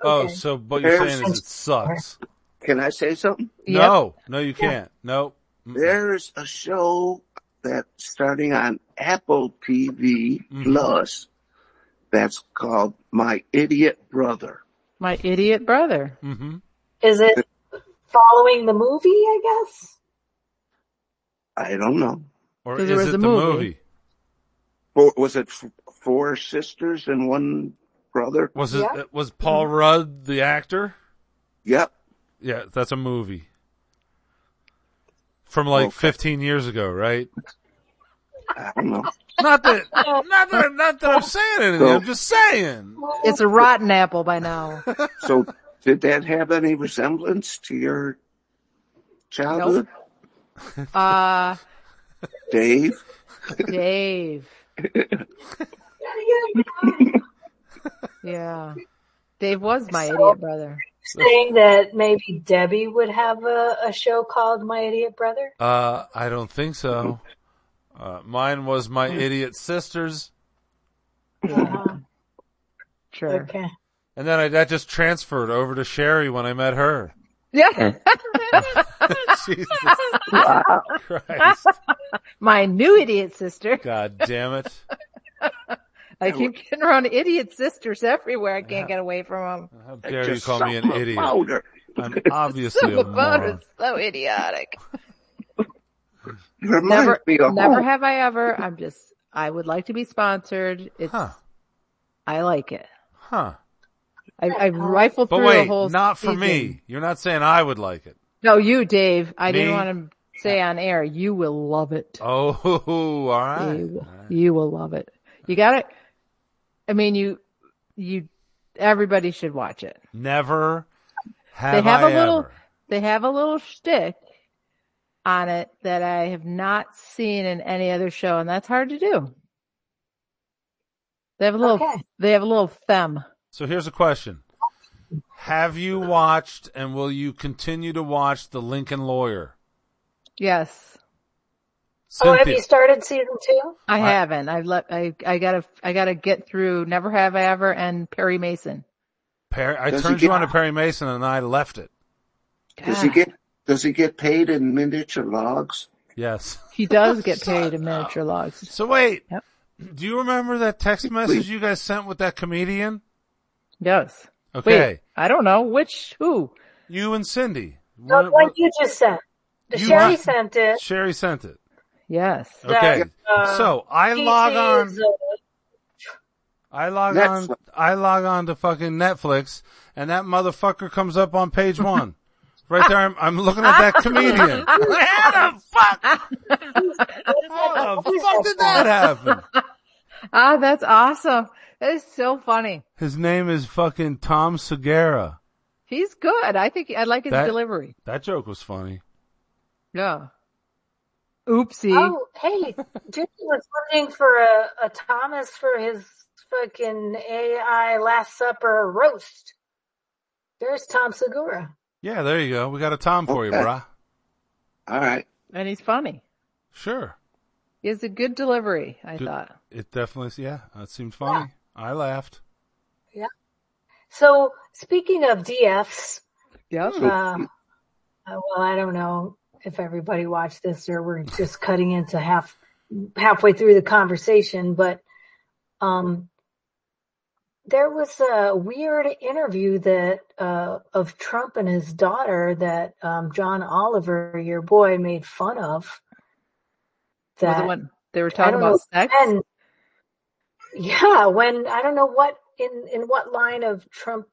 [SPEAKER 2] Oh,
[SPEAKER 3] Okay.
[SPEAKER 2] so what you're saying is it
[SPEAKER 3] There's-
[SPEAKER 2] sucks.
[SPEAKER 4] Can I say something?
[SPEAKER 2] No, no, you can't. No. Mm-mm.
[SPEAKER 4] There's a show that's starting on Apple TV
[SPEAKER 2] Mhm.
[SPEAKER 4] Plus that's called My Idiot Brother.
[SPEAKER 1] My idiot brother.
[SPEAKER 2] Mhm.
[SPEAKER 3] Is it following the movie? I guess.
[SPEAKER 4] I don't know.
[SPEAKER 2] Or
[SPEAKER 1] 'Cause
[SPEAKER 2] is
[SPEAKER 1] there
[SPEAKER 2] it
[SPEAKER 1] was a
[SPEAKER 2] the
[SPEAKER 1] movie.
[SPEAKER 2] movie?
[SPEAKER 4] Four, was it f- four sisters and one brother?
[SPEAKER 2] Was it
[SPEAKER 3] Yeah. Mm-hmm.
[SPEAKER 2] uh, was Paul Rudd the actor?
[SPEAKER 4] Yep.
[SPEAKER 2] Yeah, that's a movie. From like
[SPEAKER 4] Okay.
[SPEAKER 2] 15 years ago, right?
[SPEAKER 4] I don't know.
[SPEAKER 2] Not that, not that, not that I'm saying anything. I'm just saying.
[SPEAKER 1] It's a rotten apple by now.
[SPEAKER 4] So, did that have any resemblance to your childhood,
[SPEAKER 1] Uh,
[SPEAKER 4] Dave?
[SPEAKER 1] Dave. Yeah. Dave was my idiot brother.
[SPEAKER 3] saying that maybe Debbie would have a, a show called My Idiot Brother?
[SPEAKER 2] Uh, I don't think so. Uh, mine was my
[SPEAKER 1] Hmm.
[SPEAKER 2] idiot sisters,
[SPEAKER 3] Yeah.
[SPEAKER 1] Sure.
[SPEAKER 3] Uh, okay.
[SPEAKER 2] and then I, that just transferred over to Sherry when I met her.
[SPEAKER 1] Yeah.
[SPEAKER 2] Jesus Christ!
[SPEAKER 1] my new idiot sister.
[SPEAKER 2] God damn it!
[SPEAKER 1] I keep getting around idiot sisters everywhere. I can't get away from them.
[SPEAKER 2] How dare you
[SPEAKER 4] Just
[SPEAKER 2] call me an
[SPEAKER 4] something
[SPEAKER 2] idiot?
[SPEAKER 4] about her.
[SPEAKER 2] I'm obviously a moron.
[SPEAKER 1] is so idiotic.
[SPEAKER 4] It reminds
[SPEAKER 1] Never,
[SPEAKER 4] me of
[SPEAKER 1] never
[SPEAKER 4] home.
[SPEAKER 1] have I ever. I'm just. I would like to be sponsored. It's.
[SPEAKER 2] Huh?
[SPEAKER 1] I like it.
[SPEAKER 2] Huh?
[SPEAKER 1] I, I rifled
[SPEAKER 2] But
[SPEAKER 1] through a
[SPEAKER 2] wait,
[SPEAKER 1] whole.
[SPEAKER 2] not for
[SPEAKER 1] season.
[SPEAKER 2] me. You're not saying I would like it.
[SPEAKER 1] No, you, Dave. I didn't
[SPEAKER 2] Me?
[SPEAKER 1] want to say on air. You will love it.
[SPEAKER 2] Oh, all right.
[SPEAKER 1] you, you will love it. You got it. I mean, you, you. Everybody should watch it.
[SPEAKER 2] Never have,
[SPEAKER 1] they have
[SPEAKER 2] I
[SPEAKER 1] a little
[SPEAKER 2] ever.
[SPEAKER 1] they have a little shtick on it that I have not seen in any other show, and that's hard to do. They have a little
[SPEAKER 3] Okay.
[SPEAKER 1] they have a little femme.
[SPEAKER 2] So here's a question. Have you watched and will you continue to watch The Lincoln Lawyer?
[SPEAKER 1] Yes.
[SPEAKER 3] Oh, have
[SPEAKER 2] Cynthia.
[SPEAKER 3] you started season two?
[SPEAKER 1] I
[SPEAKER 2] I-
[SPEAKER 1] haven't. I've let I I gotta I gotta get through Never Have I Ever and Perry Mason.
[SPEAKER 2] Perry, I
[SPEAKER 4] Does he
[SPEAKER 2] turned
[SPEAKER 4] get-
[SPEAKER 2] you on to Perry Mason and I left it.
[SPEAKER 4] Does he
[SPEAKER 1] God,
[SPEAKER 4] get Does he get paid in miniature logs?
[SPEAKER 2] Yes.
[SPEAKER 1] he does get paid in miniature logs.
[SPEAKER 2] So wait.
[SPEAKER 1] Yep.
[SPEAKER 2] Do you remember that text message you guys sent with that comedian?
[SPEAKER 1] Yes. Wait,
[SPEAKER 2] Okay.
[SPEAKER 1] I don't know which who.
[SPEAKER 2] You and Cindy.
[SPEAKER 3] Look
[SPEAKER 2] What-
[SPEAKER 3] what
[SPEAKER 2] what-
[SPEAKER 3] you just sent. The
[SPEAKER 2] You
[SPEAKER 3] Sherry
[SPEAKER 2] want-
[SPEAKER 3] sent it.
[SPEAKER 2] Sherry sent it.
[SPEAKER 1] Yes.
[SPEAKER 2] Okay.
[SPEAKER 3] uh,
[SPEAKER 2] so I
[SPEAKER 3] He
[SPEAKER 2] log on.
[SPEAKER 3] sees, uh,
[SPEAKER 2] I log on.
[SPEAKER 4] Netflix.
[SPEAKER 2] I log on to fucking Netflix, and that motherfucker comes up on page one. Right there, I'm, I'm looking at that comedian. How the fuck? How the fuck did that happen?
[SPEAKER 1] Ah, that's awesome. That is so funny.
[SPEAKER 2] His name is fucking Tom Segura.
[SPEAKER 1] He's good. I think I like his
[SPEAKER 2] That-
[SPEAKER 1] delivery.
[SPEAKER 2] That joke was funny.
[SPEAKER 1] Yeah. Oopsie.
[SPEAKER 3] Oh, hey, Jimmy was looking for a, a Thomas for his fucking AI Last Supper roast. There's Tom Segura.
[SPEAKER 2] Yeah, there you go. We got a Tom for you,
[SPEAKER 4] Okay.
[SPEAKER 2] brah.
[SPEAKER 4] All right.
[SPEAKER 1] And he's funny.
[SPEAKER 2] Sure.
[SPEAKER 1] He has a good delivery, I
[SPEAKER 2] Good-
[SPEAKER 1] thought.
[SPEAKER 2] It definitely, yeah, that seemed funny. I laughed.
[SPEAKER 3] So, speaking of DFs,
[SPEAKER 1] Yep.
[SPEAKER 3] uh, uh, well, I don't know if everybody watched this or we're just cutting into half halfway through the conversation, but um, there was a weird interview that uh, of Trump and his daughter that um, John Oliver, your boy, made fun of.
[SPEAKER 1] Well, Oh, the
[SPEAKER 3] That
[SPEAKER 1] one they were
[SPEAKER 3] I
[SPEAKER 1] talking
[SPEAKER 3] don't
[SPEAKER 1] about
[SPEAKER 3] know
[SPEAKER 1] sex.
[SPEAKER 3] when- yeah, when I don't know what in in what line of Trump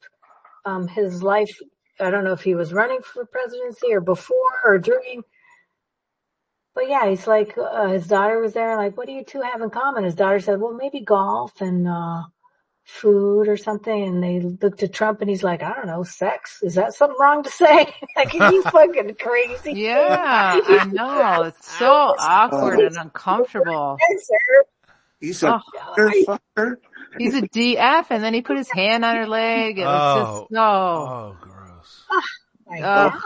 [SPEAKER 3] um his life I don't know if he was running for presidency or before or during. But yeah, he's like uh, his daughter was there like what do you two have in common? His daughter said, "Well, maybe golf and uh food or something." And they looked at Trump and he's like, "I don't know, sex. Is that something wrong to say?" like are you fucking crazy.
[SPEAKER 1] Yeah, I know. It's so awkward and uncomfortable.
[SPEAKER 3] Answer.
[SPEAKER 4] He's a
[SPEAKER 1] Oh.
[SPEAKER 4] motherfucker.
[SPEAKER 1] He's a DF and then he put his hand on her leg. It was
[SPEAKER 2] Oh.
[SPEAKER 1] just so.
[SPEAKER 2] Oh, gross.
[SPEAKER 3] My
[SPEAKER 1] Uh,
[SPEAKER 3] God.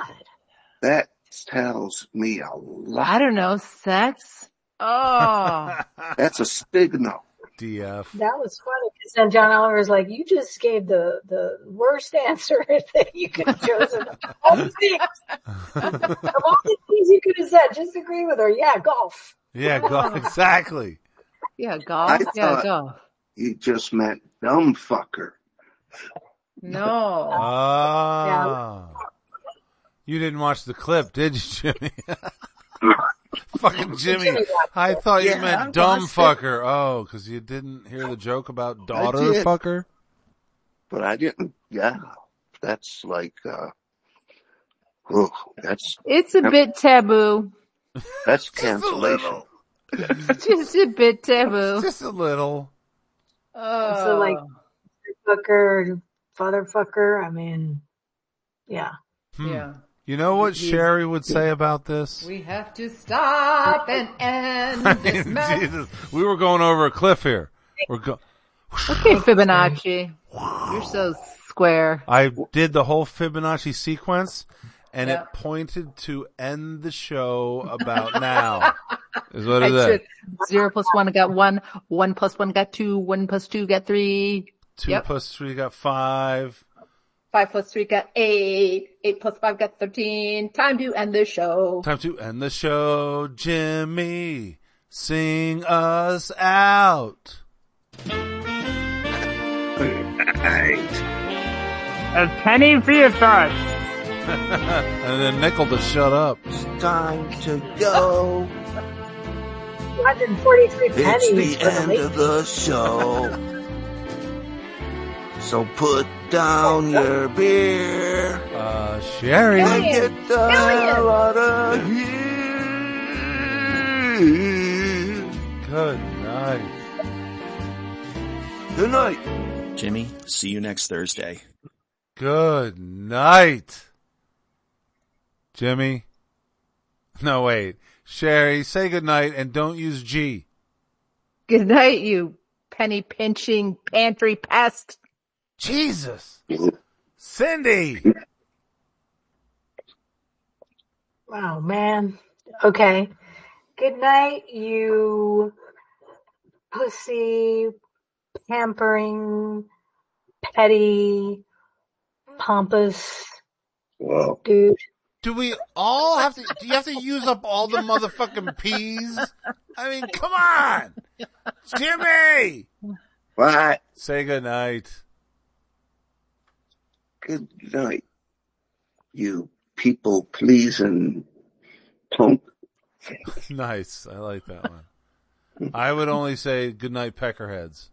[SPEAKER 4] That tells me a lot.
[SPEAKER 1] I don't know, sex? Oh,
[SPEAKER 4] That's a signal.
[SPEAKER 2] DF.
[SPEAKER 3] That was funny because then John Oliver was like, "You just gave the the worst answer that you could have chosen. All the things, of all the things you could have said, just agree with her. Yeah, golf.
[SPEAKER 2] Yeah, go- exactly.
[SPEAKER 1] yeah, golf.
[SPEAKER 4] I
[SPEAKER 1] Yeah,
[SPEAKER 4] thought-
[SPEAKER 1] golf.
[SPEAKER 4] He just meant dumb fucker.
[SPEAKER 2] Uh,
[SPEAKER 1] No.
[SPEAKER 2] Oh. You didn't watch the clip, did you, Jimmy? Fucking Jimmy. I thought you
[SPEAKER 4] Yeah, I
[SPEAKER 2] meant dumb
[SPEAKER 4] watched it.
[SPEAKER 2] fucker. Oh, because you didn't hear the joke about daughter
[SPEAKER 4] did.
[SPEAKER 2] fucker?
[SPEAKER 4] But I didn't. Yeah, that's like. uh oh, that's
[SPEAKER 1] It's a bit taboo.
[SPEAKER 4] that's
[SPEAKER 2] Just a
[SPEAKER 4] cancellation.
[SPEAKER 2] little.
[SPEAKER 1] Just a bit taboo.
[SPEAKER 2] Just a little.
[SPEAKER 1] oh,
[SPEAKER 3] So, like, fucker, fatherfucker. I mean, yeah.
[SPEAKER 2] Hmm.
[SPEAKER 1] yeah.
[SPEAKER 2] You know what Sherry would say about this?
[SPEAKER 1] We have to stop and end this mess.
[SPEAKER 2] Jesus, we were going over a cliff here. We're go-
[SPEAKER 1] Okay, Fibonacci. You're so square.
[SPEAKER 2] I did the whole Fibonacci sequence, and
[SPEAKER 1] Yeah.
[SPEAKER 2] it pointed to end the show about now. is what it
[SPEAKER 1] I
[SPEAKER 2] is.
[SPEAKER 1] took zero plus one, I got one. One plus one, got two. One plus two, got three.
[SPEAKER 2] Two
[SPEAKER 1] Yep.
[SPEAKER 2] plus three got five.
[SPEAKER 1] Five plus three, got eight. Eight plus five, got 13. Time to end the show.
[SPEAKER 2] Time to end the show, Jimmy. Sing us out.
[SPEAKER 9] A penny for your thoughts.
[SPEAKER 2] And then Nickel to shut up.
[SPEAKER 5] Time to go.
[SPEAKER 1] Oh,
[SPEAKER 3] 143
[SPEAKER 5] It's
[SPEAKER 3] pennies
[SPEAKER 5] the
[SPEAKER 3] for the
[SPEAKER 5] end
[SPEAKER 3] late
[SPEAKER 5] of the show. so put down your beer
[SPEAKER 2] Uh, Sherry.
[SPEAKER 5] and
[SPEAKER 1] Elliot,
[SPEAKER 5] get the hell out of here.
[SPEAKER 2] Good night.
[SPEAKER 5] Good night.
[SPEAKER 8] Jimmy, see you next Thursday.
[SPEAKER 2] Good night. Jimmy. No, wait. Sherry, say good night and don't use G.
[SPEAKER 1] Good night, you penny pinching pantry pest.
[SPEAKER 2] Jesus. Cindy.
[SPEAKER 3] Wow, man. Okay. Good night, you pussy, pampering, petty, pompous
[SPEAKER 4] Well,
[SPEAKER 3] dude.
[SPEAKER 2] Do we all have to? Do you have to use up all the motherfucking peas? I mean, come on, Jimmy.
[SPEAKER 4] bye.
[SPEAKER 2] Say good night.
[SPEAKER 4] Good night, you people pleasing punk.
[SPEAKER 2] Nice. I like that one. I would only say good night, peckerheads.